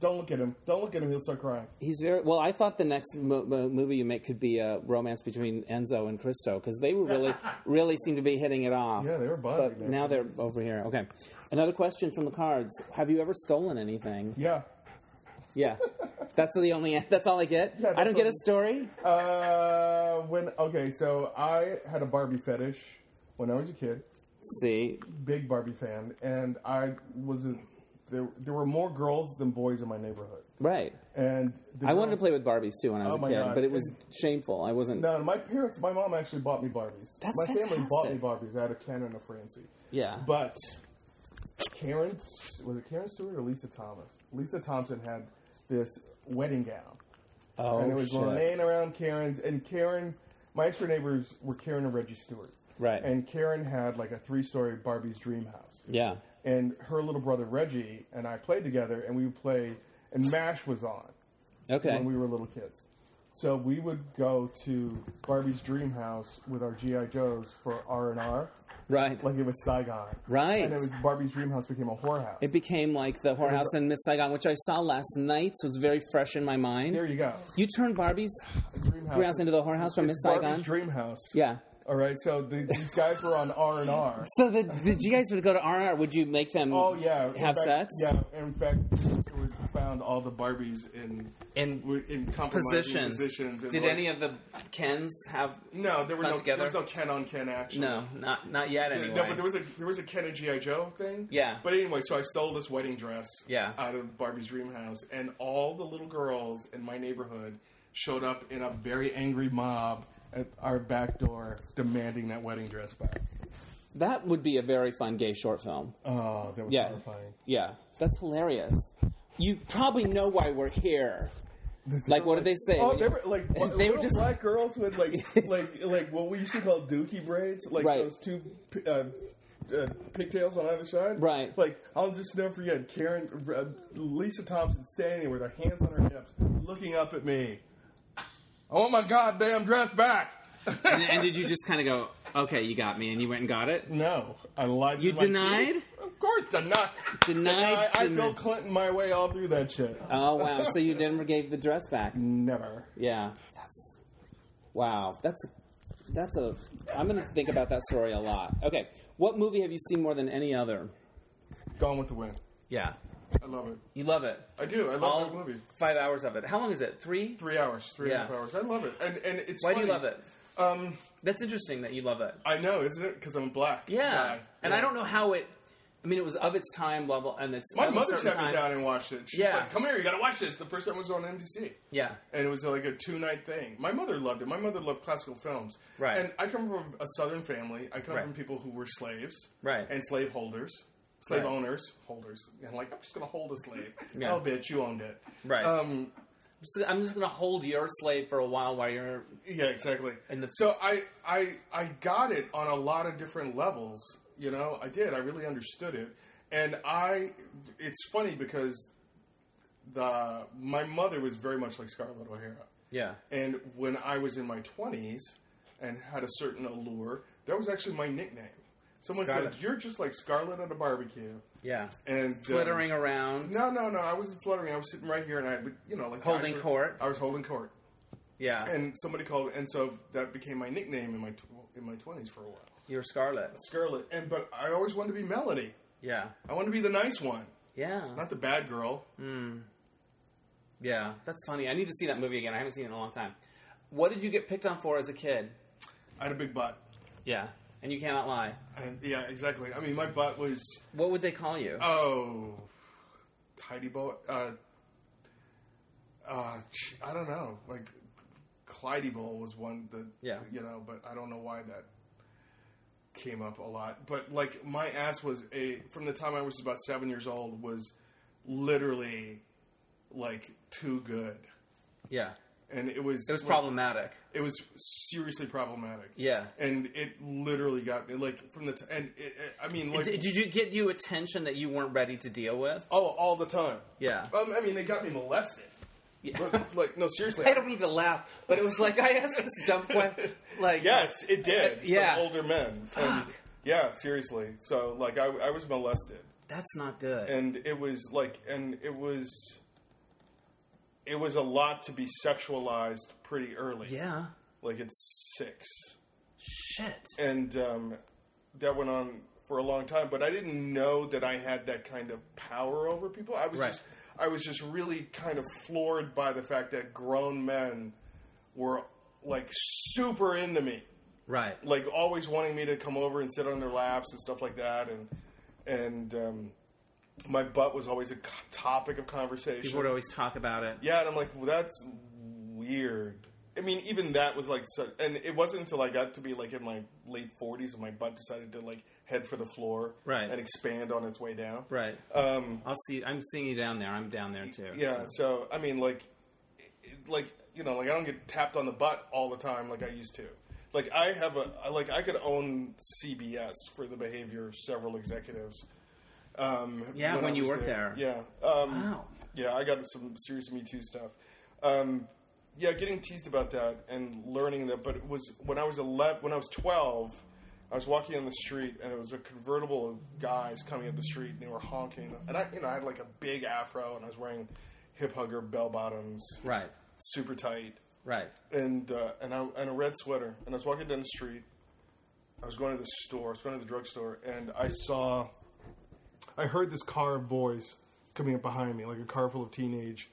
[SPEAKER 2] Don't look at him. Don't look at him. He'll start crying.
[SPEAKER 1] He's very well. I thought the next mo- mo- movie you make could be a romance between Enzo and Cristo because they were really, really seem to be hitting it off.
[SPEAKER 2] Yeah, they were bonding.
[SPEAKER 1] But
[SPEAKER 2] there.
[SPEAKER 1] now they're over here. Okay. Another question from the cards: Have you ever stolen anything?
[SPEAKER 2] yeah.
[SPEAKER 1] Yeah, that's the only. That's all I get.
[SPEAKER 2] Yeah,
[SPEAKER 1] I don't
[SPEAKER 2] that's
[SPEAKER 1] get
[SPEAKER 2] all-
[SPEAKER 1] a story.
[SPEAKER 2] Uh, when okay, so I had a Barbie fetish when I was a kid.
[SPEAKER 1] See,
[SPEAKER 2] Big Barbie fan, and I wasn't. There, there were more girls than boys in my neighborhood,
[SPEAKER 1] right?
[SPEAKER 2] and the
[SPEAKER 1] I wanted to
[SPEAKER 2] girls-
[SPEAKER 1] play with Barbies too when I was
[SPEAKER 2] Oh
[SPEAKER 1] a
[SPEAKER 2] my
[SPEAKER 1] kid,
[SPEAKER 2] God.
[SPEAKER 1] but it was shameful. I wasn't.
[SPEAKER 2] No, my parents, my mom actually bought me Barbies.
[SPEAKER 1] That's
[SPEAKER 2] my family bought me
[SPEAKER 1] fantastic.
[SPEAKER 2] Barbies. I had a Ken and a Francie.
[SPEAKER 1] yeah,
[SPEAKER 2] But Karen, was it Karen Stewart or Lisa Thomas? Lisa Thompson had this wedding gown,
[SPEAKER 1] oh
[SPEAKER 2] and it was
[SPEAKER 1] shit.
[SPEAKER 2] laying around Karen's. And Karen, my extra neighbors were Karen and Reggie Stewart.
[SPEAKER 1] Right.
[SPEAKER 2] And Karen had like a three-story Barbie's dream house.
[SPEAKER 1] yeah,
[SPEAKER 2] And her little brother Reggie and I played together, and we would play. And Mash was on
[SPEAKER 1] okay,
[SPEAKER 2] when we were little kids. So we would go to Barbie's dream house with our GI Joes for R and R,
[SPEAKER 1] right.
[SPEAKER 2] like it was Saigon.
[SPEAKER 1] Right.
[SPEAKER 2] And it was Barbie's dream house became a whorehouse.
[SPEAKER 1] it became like the whorehouse in Miss Saigon, which I saw last night, so it's very fresh in my mind.
[SPEAKER 2] there you go.
[SPEAKER 1] You turned Barbies
[SPEAKER 2] Dream
[SPEAKER 1] house into the whorehouse from
[SPEAKER 2] It's
[SPEAKER 1] Miss Saigon?
[SPEAKER 2] Barbie's dream house.
[SPEAKER 1] Yeah.
[SPEAKER 2] All right, so the, these guys were on R and R.
[SPEAKER 1] So the, did you guys would go to R and R? Would you make them?
[SPEAKER 2] Oh yeah, In
[SPEAKER 1] Have
[SPEAKER 2] fact-
[SPEAKER 1] sex?
[SPEAKER 2] Yeah, in fact, we found all the Barbies in
[SPEAKER 1] In
[SPEAKER 2] were in compromising
[SPEAKER 1] positions.
[SPEAKER 2] positions. and
[SPEAKER 1] Did
[SPEAKER 2] like-
[SPEAKER 1] any of the Kens have?
[SPEAKER 2] No, there were
[SPEAKER 1] Not
[SPEAKER 2] no.
[SPEAKER 1] together?
[SPEAKER 2] There was no Ken on Ken action.
[SPEAKER 1] No, not not yet. Anyway.
[SPEAKER 2] No, but there was a there was a Ken and GI Joe thing.
[SPEAKER 1] Yeah.
[SPEAKER 2] But anyway, so I stole this wedding dress.
[SPEAKER 1] Yeah.
[SPEAKER 2] Out of Barbie's dream house, and all the little girls in my neighborhood showed up in a very angry mob at our back door, demanding that wedding dress back.
[SPEAKER 1] that would be a very fun gay short film.
[SPEAKER 2] Oh, that was
[SPEAKER 1] Yeah.
[SPEAKER 2] horrifying.
[SPEAKER 1] Yeah, that's hilarious. You probably know why we're here. Like, what did they say?
[SPEAKER 2] Oh, they were like
[SPEAKER 1] They were
[SPEAKER 2] they were
[SPEAKER 1] just-
[SPEAKER 2] just black girls with like like like what we used to call dookie braids, like
[SPEAKER 1] Right.
[SPEAKER 2] those two p- uh, uh, pigtails on either side.
[SPEAKER 1] Right.
[SPEAKER 2] Like I'll just never forget Karen, uh, Lisa Thompson standing with her hands on her hips, looking up at me. I want my goddamn dress back.
[SPEAKER 1] and, and did you just kind of go, okay, you got me, and you went and got it?
[SPEAKER 2] No, I lied. to
[SPEAKER 1] You
[SPEAKER 2] my kids.
[SPEAKER 1] denied?
[SPEAKER 2] Of course, denied.
[SPEAKER 1] Denied,
[SPEAKER 2] I
[SPEAKER 1] denied.
[SPEAKER 2] Bill Clinton my way all through that shit.
[SPEAKER 1] Oh wow! So you never gave the dress back?
[SPEAKER 2] Never.
[SPEAKER 1] Yeah, that's wow. That's that's a. I'm going to think about that story a lot. Okay, what movie have you seen more than any other?
[SPEAKER 2] Gone with the wind.
[SPEAKER 1] Yeah,
[SPEAKER 2] I love it.
[SPEAKER 1] you love it.
[SPEAKER 2] I do. I love
[SPEAKER 1] All
[SPEAKER 2] that movie.
[SPEAKER 1] five hours of it. How long is it? Three.
[SPEAKER 2] Three hours, three and a half
[SPEAKER 1] Yeah.
[SPEAKER 2] hours. I love it, and and it's.
[SPEAKER 1] Why do
[SPEAKER 2] funny.
[SPEAKER 1] you love it?
[SPEAKER 2] Um,
[SPEAKER 1] That's interesting that you love it.
[SPEAKER 2] I know, isn't it? Because I'm a black.
[SPEAKER 1] Yeah,
[SPEAKER 2] guy.
[SPEAKER 1] and
[SPEAKER 2] Yeah.
[SPEAKER 1] I don't know how it. I mean, it was of its time, blah blah, and it's
[SPEAKER 2] My
[SPEAKER 1] of a
[SPEAKER 2] mother
[SPEAKER 1] certain
[SPEAKER 2] sat me
[SPEAKER 1] time.
[SPEAKER 2] down and watched it. She was
[SPEAKER 1] Yeah.
[SPEAKER 2] like, "Come here, you got to watch this." The first time it was on NBC,
[SPEAKER 1] Yeah,
[SPEAKER 2] and it was like a two night thing. My mother loved it. My mother loved classical films.
[SPEAKER 1] Right.
[SPEAKER 2] And I come from a Southern family. I come
[SPEAKER 1] Right.
[SPEAKER 2] from people who were slaves.
[SPEAKER 1] Right.
[SPEAKER 2] And slave holders, slave
[SPEAKER 1] Right.
[SPEAKER 2] owners, holders, and like I'm just gonna hold a slave.
[SPEAKER 1] Yeah.
[SPEAKER 2] Oh, bitch, you owned it.
[SPEAKER 1] Right.
[SPEAKER 2] Um,
[SPEAKER 1] So I'm just gonna hold your slave for a while while you're
[SPEAKER 2] Yeah, exactly.
[SPEAKER 1] And the-
[SPEAKER 2] so I, I I got it on a lot of different levels. You know, I did. I really understood it, and I. It's funny because the my mother was very much like Scarlett O'Hara,
[SPEAKER 1] yeah
[SPEAKER 2] and when I was in my twenties and had a certain allure, that was actually my nickname. Someone
[SPEAKER 1] Scarlett.
[SPEAKER 2] said, "You're just like Scarlett at a barbecue,"
[SPEAKER 1] yeah
[SPEAKER 2] and um,
[SPEAKER 1] flittering around.
[SPEAKER 2] No, no, no. I wasn't fluttering. I was sitting right here, and I, would, you know, like
[SPEAKER 1] Holding
[SPEAKER 2] I was-
[SPEAKER 1] court.
[SPEAKER 2] I was holding court
[SPEAKER 1] Yeah,
[SPEAKER 2] and somebody called, and so that became my nickname in my tw- in my twenties for a while.
[SPEAKER 1] you're Scarlet.
[SPEAKER 2] Scarlet, and but I always wanted to be Melody.
[SPEAKER 1] Yeah,
[SPEAKER 2] I wanted to be the nice one,
[SPEAKER 1] yeah.
[SPEAKER 2] not the bad girl.
[SPEAKER 1] Yeah, that's funny. I need to see that movie again. I haven't seen it in a long time. What did you get picked on for as a kid?
[SPEAKER 2] I had a big butt.
[SPEAKER 1] Yeah, and you cannot lie.
[SPEAKER 2] And yeah, exactly. I mean, my butt was
[SPEAKER 1] What would they call you?
[SPEAKER 2] oh, tidy boy. Uh, uh, sh- I don't know. Like Clyde Bowl was one that
[SPEAKER 1] Yeah.
[SPEAKER 2] you know, but I don't know why that came up a lot. But like my ass was a from the time I was about seven years old was literally like too good,
[SPEAKER 1] yeah,
[SPEAKER 2] and it was
[SPEAKER 1] it was
[SPEAKER 2] like,
[SPEAKER 1] problematic.
[SPEAKER 2] it was seriously problematic.
[SPEAKER 1] Yeah.
[SPEAKER 2] And it literally got me like from the t- and it, it, I mean like
[SPEAKER 1] Did, did you get you attention that you weren't ready to deal with?
[SPEAKER 2] oh all the time
[SPEAKER 1] Yeah.
[SPEAKER 2] Um, I mean, they got me molested.
[SPEAKER 1] yeah.
[SPEAKER 2] But, like, no, seriously.
[SPEAKER 1] I don't mean to laugh, but it was like I asked this dumb question. Like,
[SPEAKER 2] yes, it did.
[SPEAKER 1] Yeah.
[SPEAKER 2] From older men. And, yeah, seriously. So, like, I, I was molested,
[SPEAKER 1] that's not good.
[SPEAKER 2] and it was like, and it was, it was a lot to be sexualized pretty early.
[SPEAKER 1] yeah.
[SPEAKER 2] Like at six,
[SPEAKER 1] Shit.
[SPEAKER 2] and um, that went on for a long time. But I didn't know that I had that kind of power over people. I was
[SPEAKER 1] Right.
[SPEAKER 2] just, I was just really kind of floored by the fact that grown men were like super into me.
[SPEAKER 1] Right.
[SPEAKER 2] like always wanting me to come over and sit on their laps and stuff like that, and and um, my butt was always a co- topic of conversation.
[SPEAKER 1] People would always talk about it.
[SPEAKER 2] yeah, and I'm like, well, that's weird. I mean, even that was like, so, and it wasn't until I got to be like in my late 40s and my butt decided to like head for the floor,
[SPEAKER 1] Right.
[SPEAKER 2] and expand on its way down,
[SPEAKER 1] Right.
[SPEAKER 2] Um,
[SPEAKER 1] I'll see. I'm seeing you down there. I'm down there too.
[SPEAKER 2] yeah,
[SPEAKER 1] so.
[SPEAKER 2] so I mean, like, it- like you know, like I don't get tapped on the butt all the time like I used to. Like I have a I- like I could own CBS for the behavior of several executives. Um,
[SPEAKER 1] Yeah, when
[SPEAKER 2] I
[SPEAKER 1] you
[SPEAKER 2] was
[SPEAKER 1] worked there.
[SPEAKER 2] Yeah, um,
[SPEAKER 1] Wow.
[SPEAKER 2] yeah, I got some serious Me Too stuff. Um, yeah, getting teased about that and learning that, but it was when I was 11, when I was 12, I was walking on the street and it was a convertible of guys coming up the street and they were honking. And I, you know, I had like a big afro and I was wearing hip hugger bell bottoms,
[SPEAKER 1] Right.
[SPEAKER 2] super tight,
[SPEAKER 1] Right.
[SPEAKER 2] and uh, and I and a red sweater. And I was walking down the street I was going to the store. I was going to the drugstore, and I saw, I heard this car voice coming up behind me, like a car full of teenage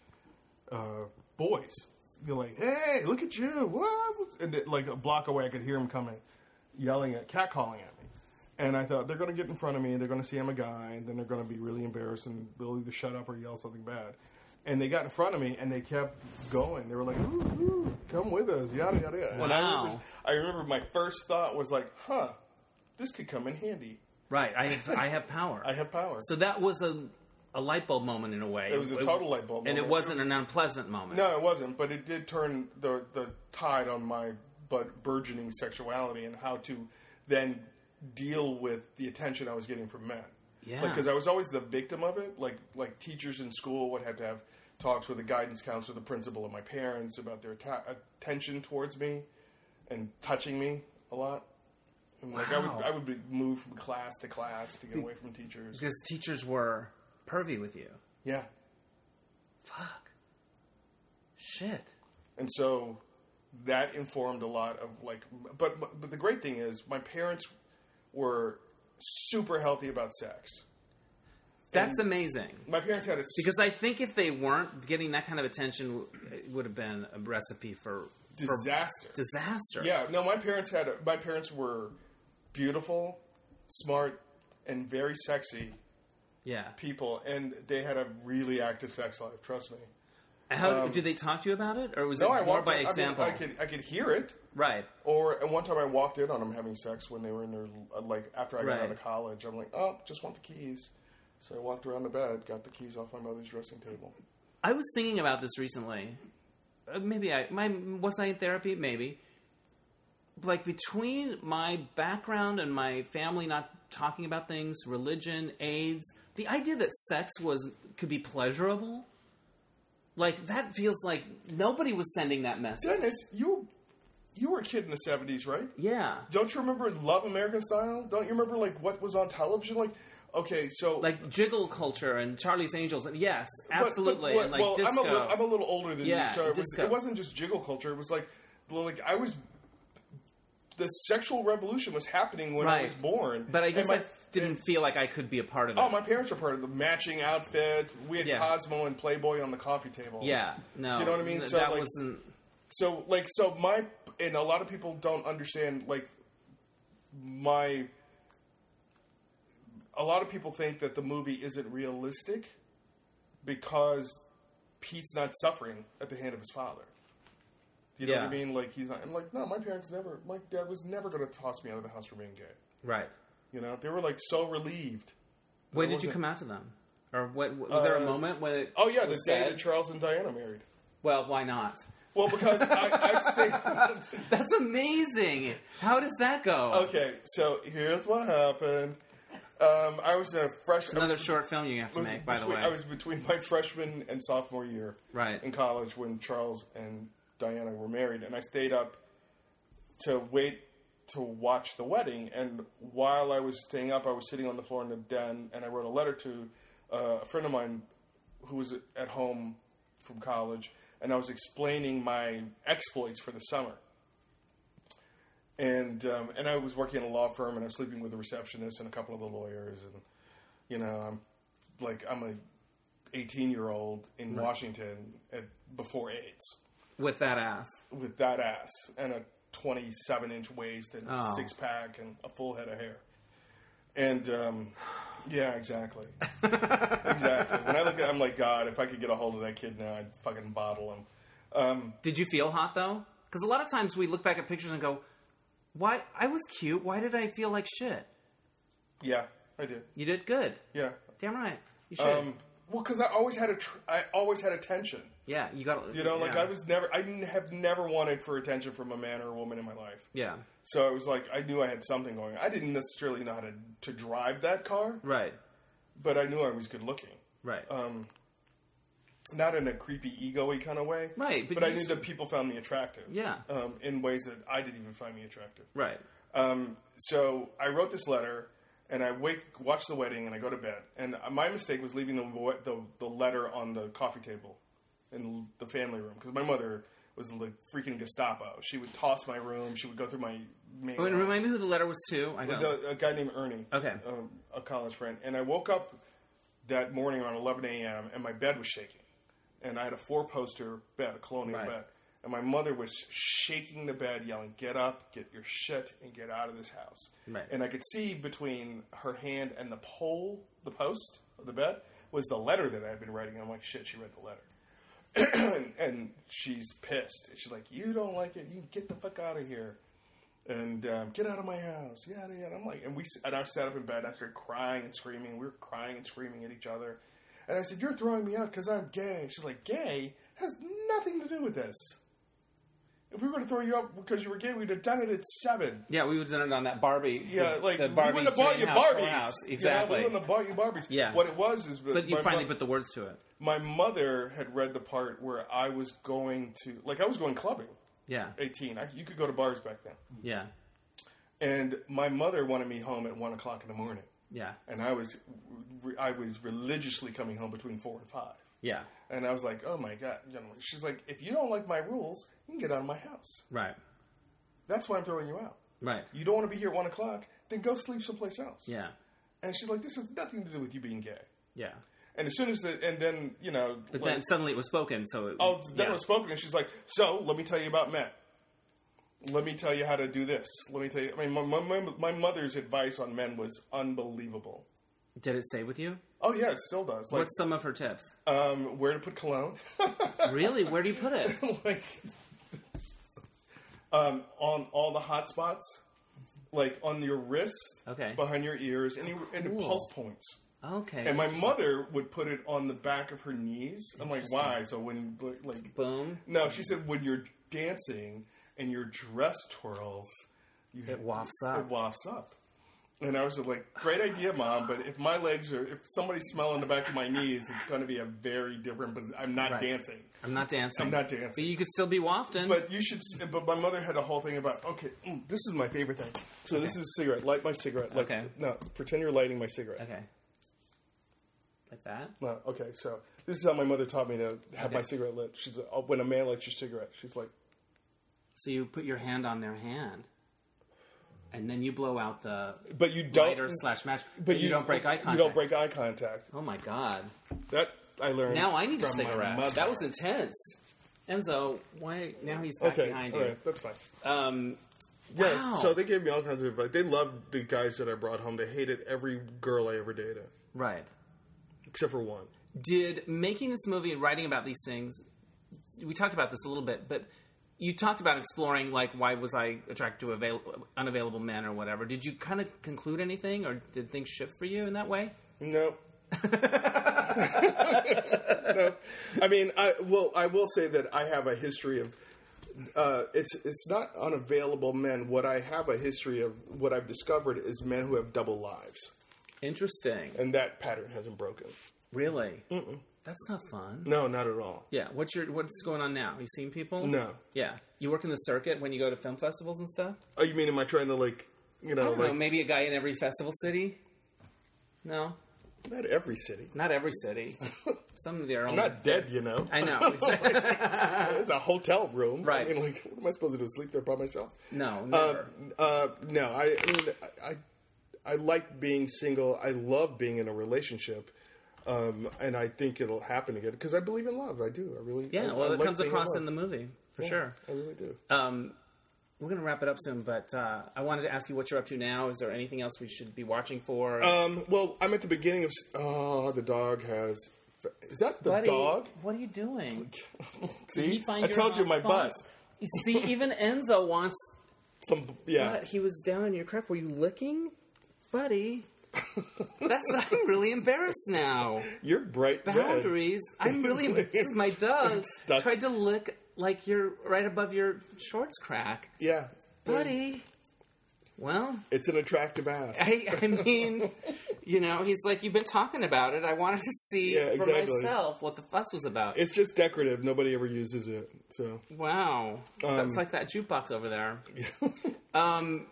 [SPEAKER 2] uh, boys. They're like, "Hey, look at you!" What? And it, like a block away, I could hear them coming, yelling at, catcalling at me. And I thought they're going to get in front of me, and they're going to see I'm a guy, and then they're going to be really embarrassed, and they'll either shut up or yell something bad. And they got in front of me, and they kept going. They were like, "Ooh, ooh, come with us!" Yada yada. yada. And I remember,
[SPEAKER 1] Wow.
[SPEAKER 2] I remember my first thought was like, "Huh, this could come in handy.
[SPEAKER 1] Right. I have, I have power.
[SPEAKER 2] I have power."
[SPEAKER 1] so that was a a light bulb moment in a way.
[SPEAKER 2] It was a total light bulb
[SPEAKER 1] and it
[SPEAKER 2] moment.
[SPEAKER 1] wasn't an unpleasant moment.
[SPEAKER 2] No, it wasn't, but it did turn the the tide on my but burgeoning sexuality and how to then deal with the attention I was getting from men.
[SPEAKER 1] Yeah.
[SPEAKER 2] because I was always the victim of it. Like like teachers in school would have to have talks with the guidance counselor, the principal, and my parents about their atta attention towards me and touching me a lot. And like I
[SPEAKER 1] Wow.
[SPEAKER 2] would I would be moved from class to class to get away from teachers.
[SPEAKER 1] Because teachers were pervy with you.
[SPEAKER 2] Yeah.
[SPEAKER 1] Fuck. Shit.
[SPEAKER 2] and so that informed a lot of like but but the great thing is my parents were super healthy about sex
[SPEAKER 1] That's amazing.
[SPEAKER 2] my parents had a
[SPEAKER 1] Because I think if they weren't getting that kind of attention, w- it would have been a recipe for for
[SPEAKER 2] disaster
[SPEAKER 1] disaster.
[SPEAKER 2] yeah no my parents had a, my parents were beautiful smart and very sexy
[SPEAKER 1] Yeah.
[SPEAKER 2] people and they had a really active sex life trust me
[SPEAKER 1] How did they talk to you about it, or was
[SPEAKER 2] Um, no i
[SPEAKER 1] it more
[SPEAKER 2] walked
[SPEAKER 1] by
[SPEAKER 2] in-
[SPEAKER 1] example?
[SPEAKER 2] I, mean, I could i could hear it
[SPEAKER 1] right.
[SPEAKER 2] Or and one time I walked in on them having sex when they were in their uh, like after I got
[SPEAKER 1] Right.
[SPEAKER 2] out of college. I'm like, oh, just want the keys. So I walked around the bed, got the keys off my mother's dressing table.
[SPEAKER 1] I was thinking about this recently. Uh, Maybe I my was I in therapy? Maybe. Like between my background and my family not talking about things, religion, AIDS, the idea that sex was could be pleasurable, like that feels like nobody was sending that message.
[SPEAKER 2] Dennis, you you were a kid in the '70s, right?
[SPEAKER 1] Yeah,
[SPEAKER 2] Don't you remember Love American Style? Don't you remember like what was on television? Like, okay, so
[SPEAKER 1] like jiggle culture and Charlie's Angels. and Yes, absolutely.
[SPEAKER 2] But,
[SPEAKER 1] and
[SPEAKER 2] but,
[SPEAKER 1] like
[SPEAKER 2] well,
[SPEAKER 1] disco.
[SPEAKER 2] I'm a, little, I'm a little older than
[SPEAKER 1] Yeah,
[SPEAKER 2] you, so it, was,
[SPEAKER 1] disco.
[SPEAKER 2] it wasn't just jiggle culture. It was like, like I was. The sexual revolution was happening when I
[SPEAKER 1] Right.
[SPEAKER 2] was born,
[SPEAKER 1] but I
[SPEAKER 2] And
[SPEAKER 1] guess
[SPEAKER 2] my-
[SPEAKER 1] I didn't feel like I could be a part of it.
[SPEAKER 2] Oh, my parents were part of the matching outfit. We had
[SPEAKER 1] Yeah.
[SPEAKER 2] Cosmo and Playboy on the coffee table.
[SPEAKER 1] yeah, no.
[SPEAKER 2] Do you know what I mean?
[SPEAKER 1] Th-
[SPEAKER 2] So,
[SPEAKER 1] that
[SPEAKER 2] like-
[SPEAKER 1] wasn't.
[SPEAKER 2] So like so my and a lot of people don't understand like my a lot of people think that the movie isn't realistic because Pete's not suffering at the hand of his father. Do you know what I
[SPEAKER 1] Yeah.
[SPEAKER 2] mean? Like he's not I'm like, no, my parents never my dad was never gonna toss me out of the house for being gay.
[SPEAKER 1] Right.
[SPEAKER 2] You know? They were like so relieved.
[SPEAKER 1] When
[SPEAKER 2] What
[SPEAKER 1] did you
[SPEAKER 2] was
[SPEAKER 1] come out to them? Or what was there a
[SPEAKER 2] Uh,
[SPEAKER 1] moment when it?
[SPEAKER 2] Oh yeah, the
[SPEAKER 1] was
[SPEAKER 2] day
[SPEAKER 1] said?
[SPEAKER 2] that Charles and Diana married.
[SPEAKER 1] well, why not?
[SPEAKER 2] Well, because I, I stayed
[SPEAKER 1] That's amazing. How does that go?
[SPEAKER 2] Okay, so here's what happened. Um, I was a freshman.
[SPEAKER 1] Another short film you have to make, by the way.
[SPEAKER 2] I was between my freshman and sophomore year
[SPEAKER 1] Right.
[SPEAKER 2] in college when Charles and Diana were married, and I stayed up to wait to watch the wedding. And while I was staying up, I was sitting on the floor in the den, and I wrote a letter to uh, a friend of mine who was at home from college, and I was explaining my exploits for the summer. And um, and I was working in a law firm, and I'm sleeping with a receptionist and a couple of the lawyers, and you know, I'm like I'm a 18 year old in Washington at, before AIDS
[SPEAKER 1] With that ass.
[SPEAKER 2] with that ass and a 27 inch waist and
[SPEAKER 1] Oh.
[SPEAKER 2] six pack and a full head of hair. And um, yeah, exactly, exactly. When I look at, it, I'm like, God, if I could get a hold of that kid now, I'd fucking bottle him.
[SPEAKER 1] Did you feel hot though? Because a lot of times we look back at pictures and go, "Why? I was cute. Why did I feel like shit?"
[SPEAKER 2] Yeah, I did.
[SPEAKER 1] You did good.
[SPEAKER 2] Yeah.
[SPEAKER 1] Damn right. You should.
[SPEAKER 2] Um, well, because I always had a, tr- I always had attention.
[SPEAKER 1] yeah. You got.
[SPEAKER 2] You know, like I was never, I n- have never wanted for attention from a man or a woman in my life.
[SPEAKER 1] Yeah.
[SPEAKER 2] So it was like I knew I had something going. I didn't necessarily know how to to drive that car,
[SPEAKER 1] Right.
[SPEAKER 2] but I knew I was good looking.
[SPEAKER 1] Right.
[SPEAKER 2] Um, not in a creepy, egoy kind of way,
[SPEAKER 1] Right, but
[SPEAKER 2] But, I
[SPEAKER 1] you
[SPEAKER 2] knew
[SPEAKER 1] s-
[SPEAKER 2] that people found me attractive.
[SPEAKER 1] Yeah.
[SPEAKER 2] Um, in ways that I didn't even find me attractive.
[SPEAKER 1] right.
[SPEAKER 2] Um, so I wrote this letter, and I wake, watch the wedding, and I go to bed. And my mistake was leaving the wa- the, the letter on the coffee table in the family room because my mother was like freaking Gestapo. She would toss my room. She would go through my main.
[SPEAKER 1] Wait, remind me who the letter was to. I know.
[SPEAKER 2] The- a guy named Ernie.
[SPEAKER 1] Okay.
[SPEAKER 2] Um, a college friend. And I woke up that morning around 11 a.m. and my bed was shaking. And I had a four poster bed, a colonial
[SPEAKER 1] Right.
[SPEAKER 2] bed. And my mother was shaking the bed, yelling, Get up, get your shit, and get out of this house.
[SPEAKER 1] Right.
[SPEAKER 2] And I could see between her hand and the pole, the post of the bed, was the letter that I had been writing. And I'm like, Shit, she read the letter. and, and she's pissed. And she's like, "You don't like it? You get the fuck out of here, and um, get out of my house, yada yada." I'm like, and we s- and I sat up in bed. and I started crying and screaming. We were crying and screaming at each other. And I said, "You're throwing me out because I'm gay." And she's like, "Gay has nothing to do with this. If we were going to throw you out because you were gay, we'd have done it at seven.
[SPEAKER 1] yeah, we would have done it on that Barbie.
[SPEAKER 2] Yeah,
[SPEAKER 1] the-
[SPEAKER 2] like
[SPEAKER 1] the
[SPEAKER 2] we wouldn't have bought
[SPEAKER 1] Jane
[SPEAKER 2] you
[SPEAKER 1] house,
[SPEAKER 2] Barbies.
[SPEAKER 1] her house. Exactly.
[SPEAKER 2] Yeah, we wouldn't have bought you Barbies.
[SPEAKER 1] Yeah.
[SPEAKER 2] What it was is,
[SPEAKER 1] but you
[SPEAKER 2] my
[SPEAKER 1] finally
[SPEAKER 2] mo-
[SPEAKER 1] put the words to it.
[SPEAKER 2] my mother had read the part where I was going to, like, I was going clubbing.
[SPEAKER 1] Yeah.
[SPEAKER 2] 18. I, you could go to bars back then.
[SPEAKER 1] Yeah.
[SPEAKER 2] And my mother wanted me home at one o'clock in the morning,
[SPEAKER 1] Yeah.
[SPEAKER 2] and I was, I was religiously coming home between four and five.
[SPEAKER 1] Yeah.
[SPEAKER 2] And I was like, oh my god, you know, she's like, if you don't like my rules, you can get out of my house.
[SPEAKER 1] Right.
[SPEAKER 2] That's why I'm throwing you out.
[SPEAKER 1] Right.
[SPEAKER 2] You don't want to be here at one o'clock, then go sleep someplace else.
[SPEAKER 1] Yeah.
[SPEAKER 2] And she's like, this has nothing to do with you being gay.
[SPEAKER 1] Yeah.
[SPEAKER 2] And as soon as the, and then you know,
[SPEAKER 1] But
[SPEAKER 2] like-
[SPEAKER 1] then suddenly it was spoken, so it,
[SPEAKER 2] Oh, then
[SPEAKER 1] yeah.
[SPEAKER 2] it was spoken, and she's like, "So, let me tell you about men. Let me tell you how to do this. Let me tell you." I mean, my, my, my- my mother's advice on men was unbelievable.
[SPEAKER 1] Did it stay with you?
[SPEAKER 2] Oh yeah, it still does. Like,
[SPEAKER 1] What's some of her tips?
[SPEAKER 2] um, where to put cologne?
[SPEAKER 1] really? Where do you put it?
[SPEAKER 2] like, um, on all the hot spots, like on your wrists,
[SPEAKER 1] Okay. Oh,
[SPEAKER 2] behind your ears, and, your- and the
[SPEAKER 1] Cool.
[SPEAKER 2] pulse points.
[SPEAKER 1] Okay.
[SPEAKER 2] And my mother would put it on the back of her knees. I'm like, why? So when like
[SPEAKER 1] Boom.
[SPEAKER 2] No, she said when you're dancing and your dress twirls, you
[SPEAKER 1] It wafts up.
[SPEAKER 2] It wafts up. And I was just like, "Great idea, mom." But if my legs are, if somebody's smelling the back of my knees, it's going to be a very different. Pos- I'm not
[SPEAKER 1] Right.
[SPEAKER 2] dancing.
[SPEAKER 1] I'm not dancing.
[SPEAKER 2] I'm not
[SPEAKER 1] So
[SPEAKER 2] dancing.
[SPEAKER 1] you could still be wafting.
[SPEAKER 2] But you should. s- But my mother had a whole thing about. Okay, mm, this is my favorite thing. So this is a cigarette. Light my cigarette. Like,
[SPEAKER 1] Okay.
[SPEAKER 2] No, pretend you're lighting my cigarette.
[SPEAKER 1] okay. Like that.
[SPEAKER 2] No, okay, so this is how my mother taught me to have
[SPEAKER 1] Okay.
[SPEAKER 2] my cigarette lit. She's uh, when a man lights your cigarette, she's like,
[SPEAKER 1] So you put your hand on their hand, and then you blow out the
[SPEAKER 2] "But you don't."
[SPEAKER 1] lighter slash match, but you, don't break eye contact.
[SPEAKER 2] You don't break eye contact.
[SPEAKER 1] Oh my god!
[SPEAKER 2] That I learned.
[SPEAKER 1] Now I need a
[SPEAKER 2] from my mother.
[SPEAKER 1] cigarette. That was intense. Enzo, why? Now he's back
[SPEAKER 2] okay.
[SPEAKER 1] behind
[SPEAKER 2] all
[SPEAKER 1] you.
[SPEAKER 2] right, that's fine.
[SPEAKER 1] Um,
[SPEAKER 2] Yeah.
[SPEAKER 1] Wow.
[SPEAKER 2] So they gave me all kinds of advice. They loved the guys that I brought home. They hated every girl I ever dated,
[SPEAKER 1] right.
[SPEAKER 2] except for one.
[SPEAKER 1] did making this movie and writing about these things we talked about this a little bit but you talked about exploring like why was i attracted to avail- unavailable men or whatever did you kind of conclude anything or did things shift for you in that way
[SPEAKER 2] No. no. I mean, I well, I will say that I have a history of. Uh, it's it's not unavailable men. What I have a history of, what I've discovered is men who have double lives,
[SPEAKER 1] interesting
[SPEAKER 2] and that pattern hasn't broken.
[SPEAKER 1] really that's not fun
[SPEAKER 2] No, not at all.
[SPEAKER 1] yeah what's your what's going on now you seeing people
[SPEAKER 2] No.
[SPEAKER 1] yeah you work in the circuit when you go to film festivals and stuff
[SPEAKER 2] Oh, you mean am I trying to like, you know,
[SPEAKER 1] i don't
[SPEAKER 2] like
[SPEAKER 1] know maybe a guy in every festival city no
[SPEAKER 2] not every city.
[SPEAKER 1] not every city some of their own
[SPEAKER 2] I'm not dead, you know.
[SPEAKER 1] i know exactly
[SPEAKER 2] It's a hotel room,
[SPEAKER 1] Right.
[SPEAKER 2] I mean, like, what am I supposed to do? Sleep there by myself?
[SPEAKER 1] no
[SPEAKER 2] Uh,
[SPEAKER 1] never.
[SPEAKER 2] uh, no, I, I, mean, I, I like being single. I love being in a relationship, um, and I think it'll happen again because I believe in love. I do. I really.
[SPEAKER 1] Yeah,
[SPEAKER 2] I,
[SPEAKER 1] well,
[SPEAKER 2] I
[SPEAKER 1] it
[SPEAKER 2] like
[SPEAKER 1] comes
[SPEAKER 2] being
[SPEAKER 1] across in
[SPEAKER 2] love.
[SPEAKER 1] the movie for sure.
[SPEAKER 2] I really do.
[SPEAKER 1] Um, we're gonna wrap it up soon, but uh, I wanted to ask you what you're up to now. Is there anything else we should be watching for?
[SPEAKER 2] Um, well, I'm at the beginning of. s- Oh, the dog has. Is that the
[SPEAKER 1] Buddy,
[SPEAKER 2] dog?
[SPEAKER 1] What are you doing? Did
[SPEAKER 2] See,
[SPEAKER 1] he find
[SPEAKER 2] I
[SPEAKER 1] your
[SPEAKER 2] told you my butt.
[SPEAKER 1] hotspots? You see, even Enzo wants.
[SPEAKER 2] Some, yeah.
[SPEAKER 1] But he was down in your crap. Were you licking, buddy? That's I'm really embarrassed now.
[SPEAKER 2] You're bright red.
[SPEAKER 1] Boundaries. I'm really embarrassed. My dog
[SPEAKER 2] Stuck.
[SPEAKER 1] tried to lick like you're right above your shorts crack,
[SPEAKER 2] Yeah,
[SPEAKER 1] buddy. Well,
[SPEAKER 2] It's an attractive ass.
[SPEAKER 1] I, I mean, you know, he's like, you've been talking about it. I wanted to see
[SPEAKER 2] Yeah,
[SPEAKER 1] for
[SPEAKER 2] exactly.
[SPEAKER 1] myself what the fuss was about.
[SPEAKER 2] It's just decorative. Nobody ever uses it. So
[SPEAKER 1] wow,
[SPEAKER 2] Um,
[SPEAKER 1] that's like that jukebox over there. um,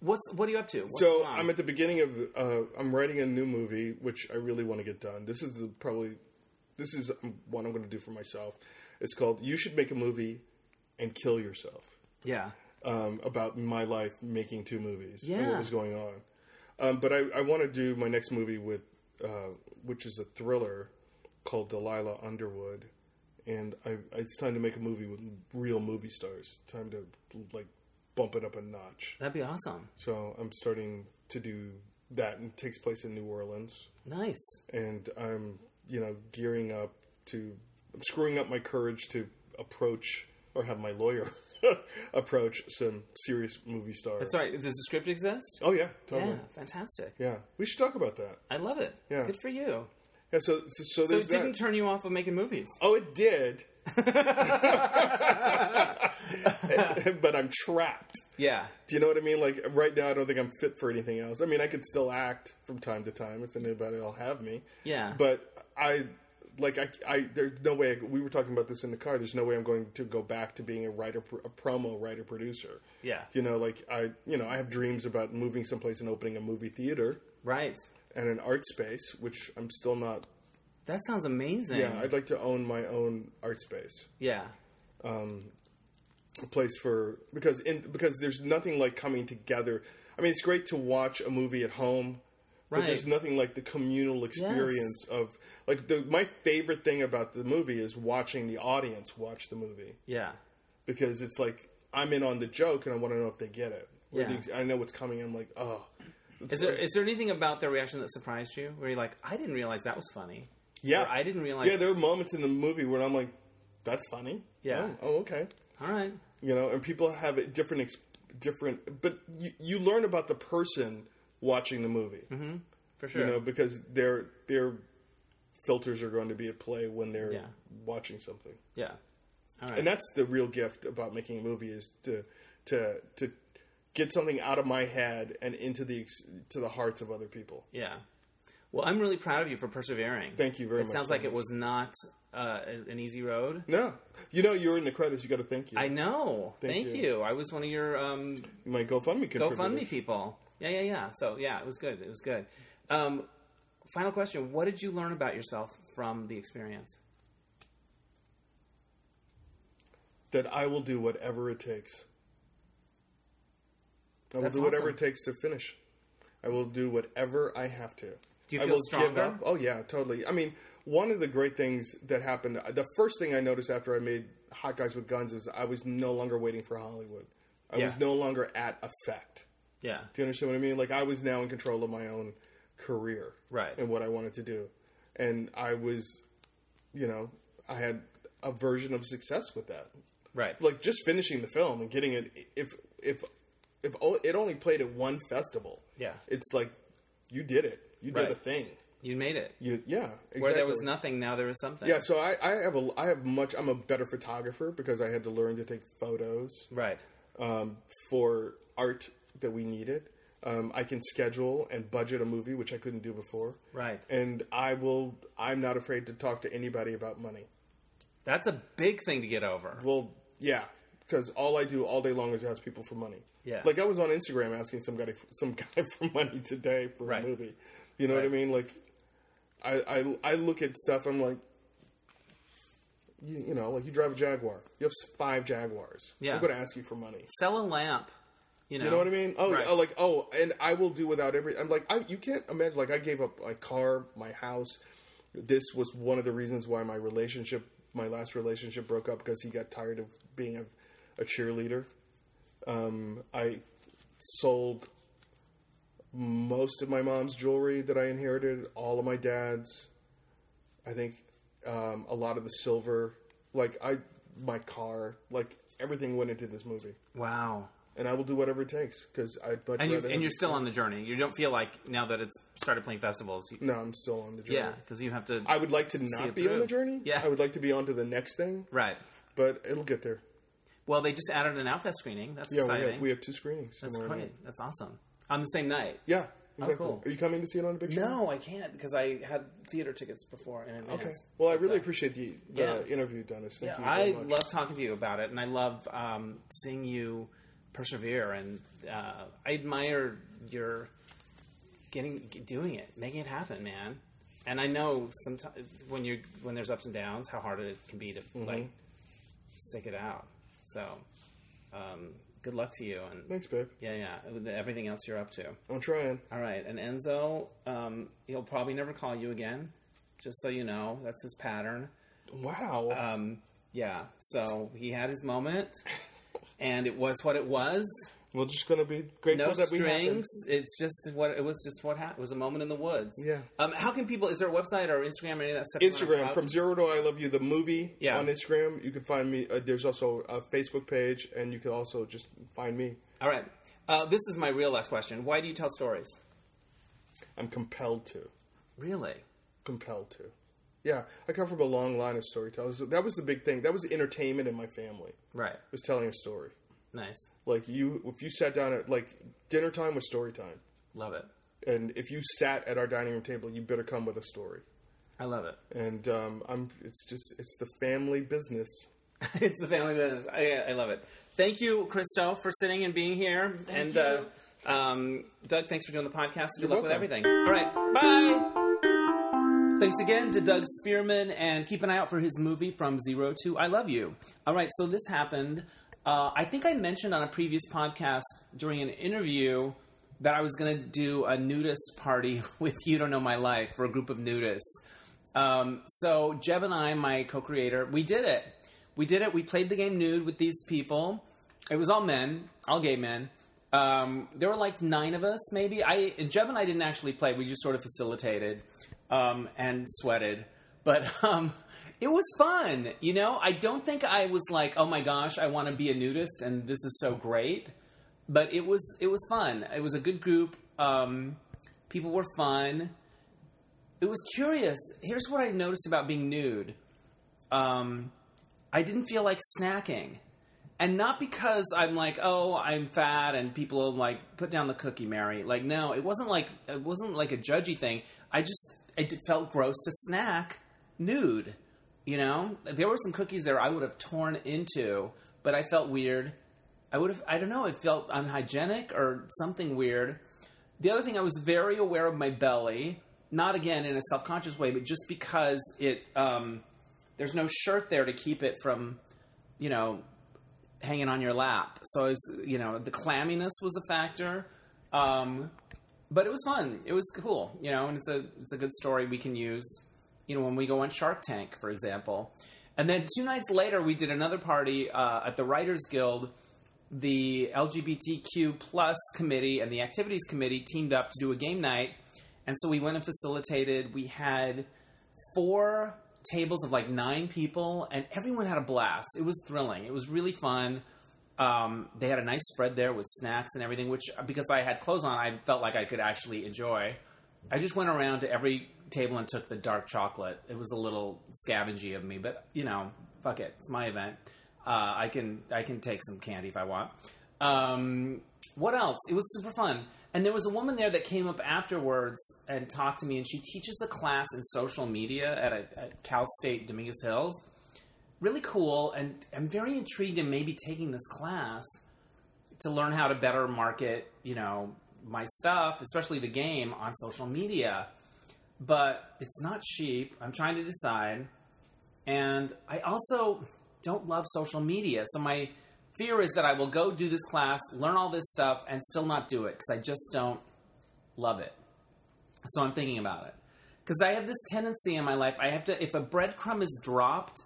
[SPEAKER 1] what's what are you up to? What's
[SPEAKER 2] So
[SPEAKER 1] going on?
[SPEAKER 2] I'm at the beginning of uh, I'm writing a new movie, which I really want to get done. This is the, probably this is um, what I'm going to do for myself. It's called "You Should Make a Movie and Kill Yourself,"
[SPEAKER 1] yeah,
[SPEAKER 2] um, about my life making two movies and
[SPEAKER 1] Yeah.
[SPEAKER 2] what was going on. Um, but I, I want to do my next movie with, uh, which is a thriller called Delilah Underwood, and I, it's time to make a movie with real movie stars. Time to like bump it up a notch.
[SPEAKER 1] That'd be awesome.
[SPEAKER 2] So I'm starting to do that, and it takes place in New Orleans
[SPEAKER 1] Nice.
[SPEAKER 2] and I'm, you know, gearing up to I'm screwing up my courage to approach or have my lawyer approach some serious movie stars.
[SPEAKER 1] That's right. Does the script exist?
[SPEAKER 2] Oh yeah,
[SPEAKER 1] yeah,
[SPEAKER 2] totally.
[SPEAKER 1] fantastic.
[SPEAKER 2] Yeah. we should talk about that.
[SPEAKER 1] I love it.
[SPEAKER 2] Yeah.
[SPEAKER 1] Good for you.
[SPEAKER 2] Yeah, so so, so
[SPEAKER 1] So
[SPEAKER 2] there's
[SPEAKER 1] it didn't
[SPEAKER 2] that.
[SPEAKER 1] turn you off of making movies.
[SPEAKER 2] oh, it did. but I'm trapped.
[SPEAKER 1] Yeah.
[SPEAKER 2] Do you know what I mean? Like right now, I don't think I'm fit for anything else. I mean, I could still act from time to time if anybody will have me.
[SPEAKER 1] Yeah.
[SPEAKER 2] But I, like, I, I, there's no way. I, we were talking about this in the car. There's no way I'm going to go back to being a writer, a promo writer producer.
[SPEAKER 1] Yeah.
[SPEAKER 2] You know, like I, you know, I have dreams about moving someplace and opening a movie theater
[SPEAKER 1] Right.
[SPEAKER 2] and an art space, which I'm still not.
[SPEAKER 1] That sounds amazing.
[SPEAKER 2] Yeah, I'd like to own my own art space.
[SPEAKER 1] Yeah.
[SPEAKER 2] a place for because in because there's nothing like coming together. I mean, it's great to watch a movie at home,
[SPEAKER 1] Right.
[SPEAKER 2] but there's nothing like the communal experience of like the my favorite thing about the movie is watching the audience watch the movie
[SPEAKER 1] Yeah.
[SPEAKER 2] because it's like I'm in on the joke and I want to know if they get it. Where
[SPEAKER 1] Yeah.
[SPEAKER 2] the- I know what's coming. I'm like, oh,
[SPEAKER 1] Is there is there anything about their reaction that surprised you? Where you're like, I didn't realize that was funny.
[SPEAKER 2] yeah.
[SPEAKER 1] Or I didn't realize.
[SPEAKER 2] yeah, there were moments in the movie where I'm like, that's funny.
[SPEAKER 1] Yeah.
[SPEAKER 2] Oh, oh okay.
[SPEAKER 1] All right.
[SPEAKER 2] you know and people have it different ex- different but you, you learn about the person watching the movie
[SPEAKER 1] Mm-hmm. For sure.
[SPEAKER 2] you know because their their filters are going to be at play when they're
[SPEAKER 1] Yeah.
[SPEAKER 2] watching something
[SPEAKER 1] yeah. All right.
[SPEAKER 2] and that's the real gift about making a movie is to to to get something out of my head and into the ex- to the hearts of other people
[SPEAKER 1] yeah. Well, I'm really proud of you for persevering.
[SPEAKER 2] thank you very
[SPEAKER 1] It
[SPEAKER 2] much
[SPEAKER 1] sounds
[SPEAKER 2] for
[SPEAKER 1] like it
[SPEAKER 2] this.
[SPEAKER 1] was not uh, an easy road.
[SPEAKER 2] no you know you're in the credits you got to thank you
[SPEAKER 1] I know. Thank,
[SPEAKER 2] Thank
[SPEAKER 1] you.
[SPEAKER 2] you.
[SPEAKER 1] I was one of your um,
[SPEAKER 2] my gofundme contributors.
[SPEAKER 1] GoFundMe people. Yeah, yeah, yeah. So yeah, it was good. It was good. Um, final question: What did you learn about yourself from the experience?
[SPEAKER 2] that I will do whatever it takes. I will
[SPEAKER 1] That's
[SPEAKER 2] do whatever
[SPEAKER 1] awesome.
[SPEAKER 2] it takes to finish. I will do whatever I have to.
[SPEAKER 1] Do you
[SPEAKER 2] I
[SPEAKER 1] feel
[SPEAKER 2] will
[SPEAKER 1] stronger?
[SPEAKER 2] Oh yeah, totally. I mean, one of the great things that happened, the first thing I noticed after I made Hot Guys with Guns is I was no longer waiting for Hollywood. I
[SPEAKER 1] Yeah.
[SPEAKER 2] was no longer at effect.
[SPEAKER 1] Yeah.
[SPEAKER 2] Do you understand what I mean? Like I was now in control of my own career,
[SPEAKER 1] Right.
[SPEAKER 2] and what I wanted to do, and I was, you know, I had a version of success with that
[SPEAKER 1] Right.
[SPEAKER 2] like just finishing the film and getting it if if if o- it only played at one festival
[SPEAKER 1] Yeah.
[SPEAKER 2] it's like you did it you did
[SPEAKER 1] Right.
[SPEAKER 2] a thing
[SPEAKER 1] You made it.
[SPEAKER 2] you yeah exactly.
[SPEAKER 1] Where there was nothing, now there is something.
[SPEAKER 2] yeah so I, I have a i have much i'm a better photographer because i had to learn to take photos
[SPEAKER 1] Right.
[SPEAKER 2] um, for art that we needed um, i can schedule and budget a movie which i couldn't do before
[SPEAKER 1] Right.
[SPEAKER 2] and i will i'm not afraid to talk to anybody about money
[SPEAKER 1] That's a big thing to get over.
[SPEAKER 2] Well, yeah, because all I do all day long is ask people for money.
[SPEAKER 1] Yeah.
[SPEAKER 2] Like I was on Instagram asking some guy some guy for money today for
[SPEAKER 1] Right.
[SPEAKER 2] a movie. You know what I
[SPEAKER 1] Right.
[SPEAKER 2] mean? Like, I I, I look at stuff. I'm like. You, you know, like you drive a Jaguar. You have s- five Jaguars.
[SPEAKER 1] Yeah.
[SPEAKER 2] I'm going to ask you for money.
[SPEAKER 1] Sell a lamp. You know.
[SPEAKER 2] You know what I mean? Oh,
[SPEAKER 1] Right.
[SPEAKER 2] oh, like oh, and I will do without every. I'm like I. You can't imagine. Like I gave up my car, my house. This was one of the reasons why my relationship, my last relationship, broke up because he got tired of being a, a cheerleader. Um, I sold most of my mom's jewelry that I inherited, all of my dad's. I think um, a lot of the silver, like I, my car, like everything went into this movie
[SPEAKER 1] Wow.
[SPEAKER 2] and I will do whatever it takes because I'd much
[SPEAKER 1] And you
[SPEAKER 2] rather.
[SPEAKER 1] and you're still on the journey. You don't feel like now that it's started playing festivals. You,
[SPEAKER 2] No, I'm still on the journey.
[SPEAKER 1] yeah, because you have to.
[SPEAKER 2] Mm-hmm. I would like to
[SPEAKER 1] it
[SPEAKER 2] not be on
[SPEAKER 1] through.
[SPEAKER 2] the journey.
[SPEAKER 1] Yeah.
[SPEAKER 2] I would like to be on to the next thing,
[SPEAKER 1] right.
[SPEAKER 2] but it'll get there.
[SPEAKER 1] Well, they just added an Outfest screening. That's
[SPEAKER 2] Yeah, we
[SPEAKER 1] exciting.
[SPEAKER 2] have, we have two screenings.
[SPEAKER 1] That's
[SPEAKER 2] tomorrow
[SPEAKER 1] great.
[SPEAKER 2] night.
[SPEAKER 1] That's awesome. On the same night.
[SPEAKER 2] Yeah, exactly.
[SPEAKER 1] cool.
[SPEAKER 2] Are you coming to see it on a big screen?
[SPEAKER 1] No, I can't because I had theater tickets before in advance.
[SPEAKER 2] Okay. Well, I
[SPEAKER 1] But,
[SPEAKER 2] really
[SPEAKER 1] uh,
[SPEAKER 2] appreciate the, the
[SPEAKER 1] yeah.
[SPEAKER 2] interview, Dennis.
[SPEAKER 1] Yeah,
[SPEAKER 2] Thank you.
[SPEAKER 1] I
[SPEAKER 2] very much.
[SPEAKER 1] love talking to you about it, and I love um, seeing you persevere. And uh, I admire your getting doing it, making it happen, man. And I know sometimes when you're when
[SPEAKER 2] Mm-hmm.
[SPEAKER 1] there's ups and downs, how hard it can be to like stick it out. So um, good luck to you. And
[SPEAKER 2] Thanks, babe.
[SPEAKER 1] yeah, yeah, with everything else you're up to.
[SPEAKER 2] I'm trying.
[SPEAKER 1] All right, and Enzo, um, he'll probably never call you again. Just so you know, that's his pattern.
[SPEAKER 2] Wow.
[SPEAKER 1] Um, yeah, so he had his moment, and it was what it was.
[SPEAKER 2] We're just gonna be grateful
[SPEAKER 1] No
[SPEAKER 2] that we
[SPEAKER 1] strings.
[SPEAKER 2] happened.
[SPEAKER 1] It's just what it was. Just what happened. It was a moment in the woods.
[SPEAKER 2] Yeah.
[SPEAKER 1] Um, how can people? Is there a website or Instagram or any of that stuff? you wanna
[SPEAKER 2] Instagram
[SPEAKER 1] plug?
[SPEAKER 2] from zero to I love you the movie
[SPEAKER 1] Uh, Yeah.
[SPEAKER 2] on Instagram. You can find me. Uh, there's also a Facebook page, and you can also just find me.
[SPEAKER 1] All right. Uh, this is my real last question. Why do you tell stories?
[SPEAKER 2] I'm compelled to.
[SPEAKER 1] Really?
[SPEAKER 2] Compelled to. Yeah, I come from a long line of storytellers. That was the big thing. That was the entertainment in my family
[SPEAKER 1] Right.
[SPEAKER 2] was telling a story.
[SPEAKER 1] Nice.
[SPEAKER 2] Like you, if you sat down at like dinner time was story time,
[SPEAKER 1] Love it.
[SPEAKER 2] and if you sat at our dining room table, you better come with a story.
[SPEAKER 1] I love it.
[SPEAKER 2] And um, I'm. It's just it's the family business.
[SPEAKER 1] it's the family business. I, I love it. Thank you, Christo, for sitting and being here. and Uh, um, Doug, thanks for doing the podcast. Good luck with
[SPEAKER 2] welcome.
[SPEAKER 1] everything. All right, bye. Thanks again to Doug Spearman, and keep an eye out for his movie from Zero to I Love You. All right, so this happened. Uh, I think I mentioned on a previous podcast during an interview that I was going to do a nudist party with You Don't Know My Life for a group of nudists. Um, so Jeb and I, my co-creator, we did it. We did it. We played the game nude with these people. It was all men, all gay men. Um, there were like nine of us, maybe. I and Jeb and I didn't actually play. We just sort of facilitated um, and sweated, but um, it was fun. You know, I don't think I was like, oh my gosh, I want to be a nudist, and this is so great. But it was it was fun. It was a good group. Um, people were fun it was curious. Here's what I noticed about being nude. Um, I didn't feel like snacking. And not because I'm like, oh, I'm fat and people will like put down the cookie, Mary. Like, no, it wasn't like it wasn't like a judgy thing. I just it did- felt gross to snack nude. You know, there were some cookies there I would have torn into, but I felt weird. I would have I don't know. It felt unhygienic or something weird. The other thing, I was very aware of my belly, not again in a self conscious way, but just because it um, there's no shirt there to keep it from, you know, hanging on your lap. So I was, you know, the clamminess was a factor, um, but it was fun. It was cool, you know, and it's a it's a good story we can use, you know, when we go on Shark Tank, for example. And then two nights later, we did another party uh, at the Writers Guild the LGBTQ plus committee and the activities committee teamed up to do a game night, and so we went and facilitated. We had four tables of like nine people, and everyone had a blast. It was thrilling. It was really fun. Um, they had a nice spread there with snacks and everything, which because I had clothes on, I felt like I could actually enjoy. I just went around to every table and took the dark chocolate. It was a little scavengy of me, but you know, fuck it, it's my event. Uh, I can I can take some candy if I want. Um, what else? It was super fun, and there was a woman there that came up afterwards and talked to me, and she teaches a class in social media at, a, at Cal State Dominguez Hills. Really cool, and I'm very intrigued in maybe taking this class to learn how to better market, you know, my stuff, especially the game on social media. But it's not cheap. I'm trying to decide. And I also don't love social media. So my fear is that I will go do this class, learn all this stuff, and still not do it because I just don't love it. So I'm thinking about it. Because I have this tendency in my life, I have to, if a breadcrumb is dropped,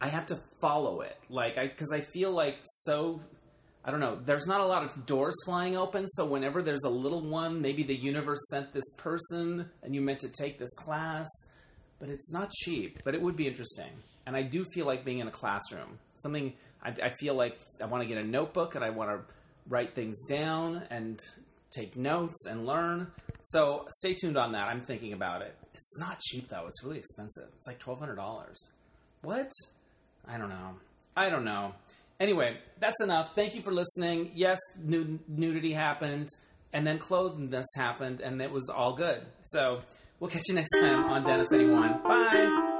[SPEAKER 1] I have to follow it. Like, I, because I feel like so I don't know. There's not a lot of doors flying open, so whenever there's a little one, maybe the universe sent this person and you meant to take this class, but it's not cheap, but it would be interesting. And I do feel like being in a classroom. Something I, I feel like I want to get a notebook and I want to write things down and take notes and learn. So stay tuned on that. I'm thinking about it. It's not cheap though. It's really expensive. It's like twelve hundred dollars. What? I don't know. I don't know. Anyway, that's enough. Thank you for listening. Yes, nu- nudity happened, and then clothedness happened, and it was all good. So we'll catch you next time on Dennis Anyone. Bye.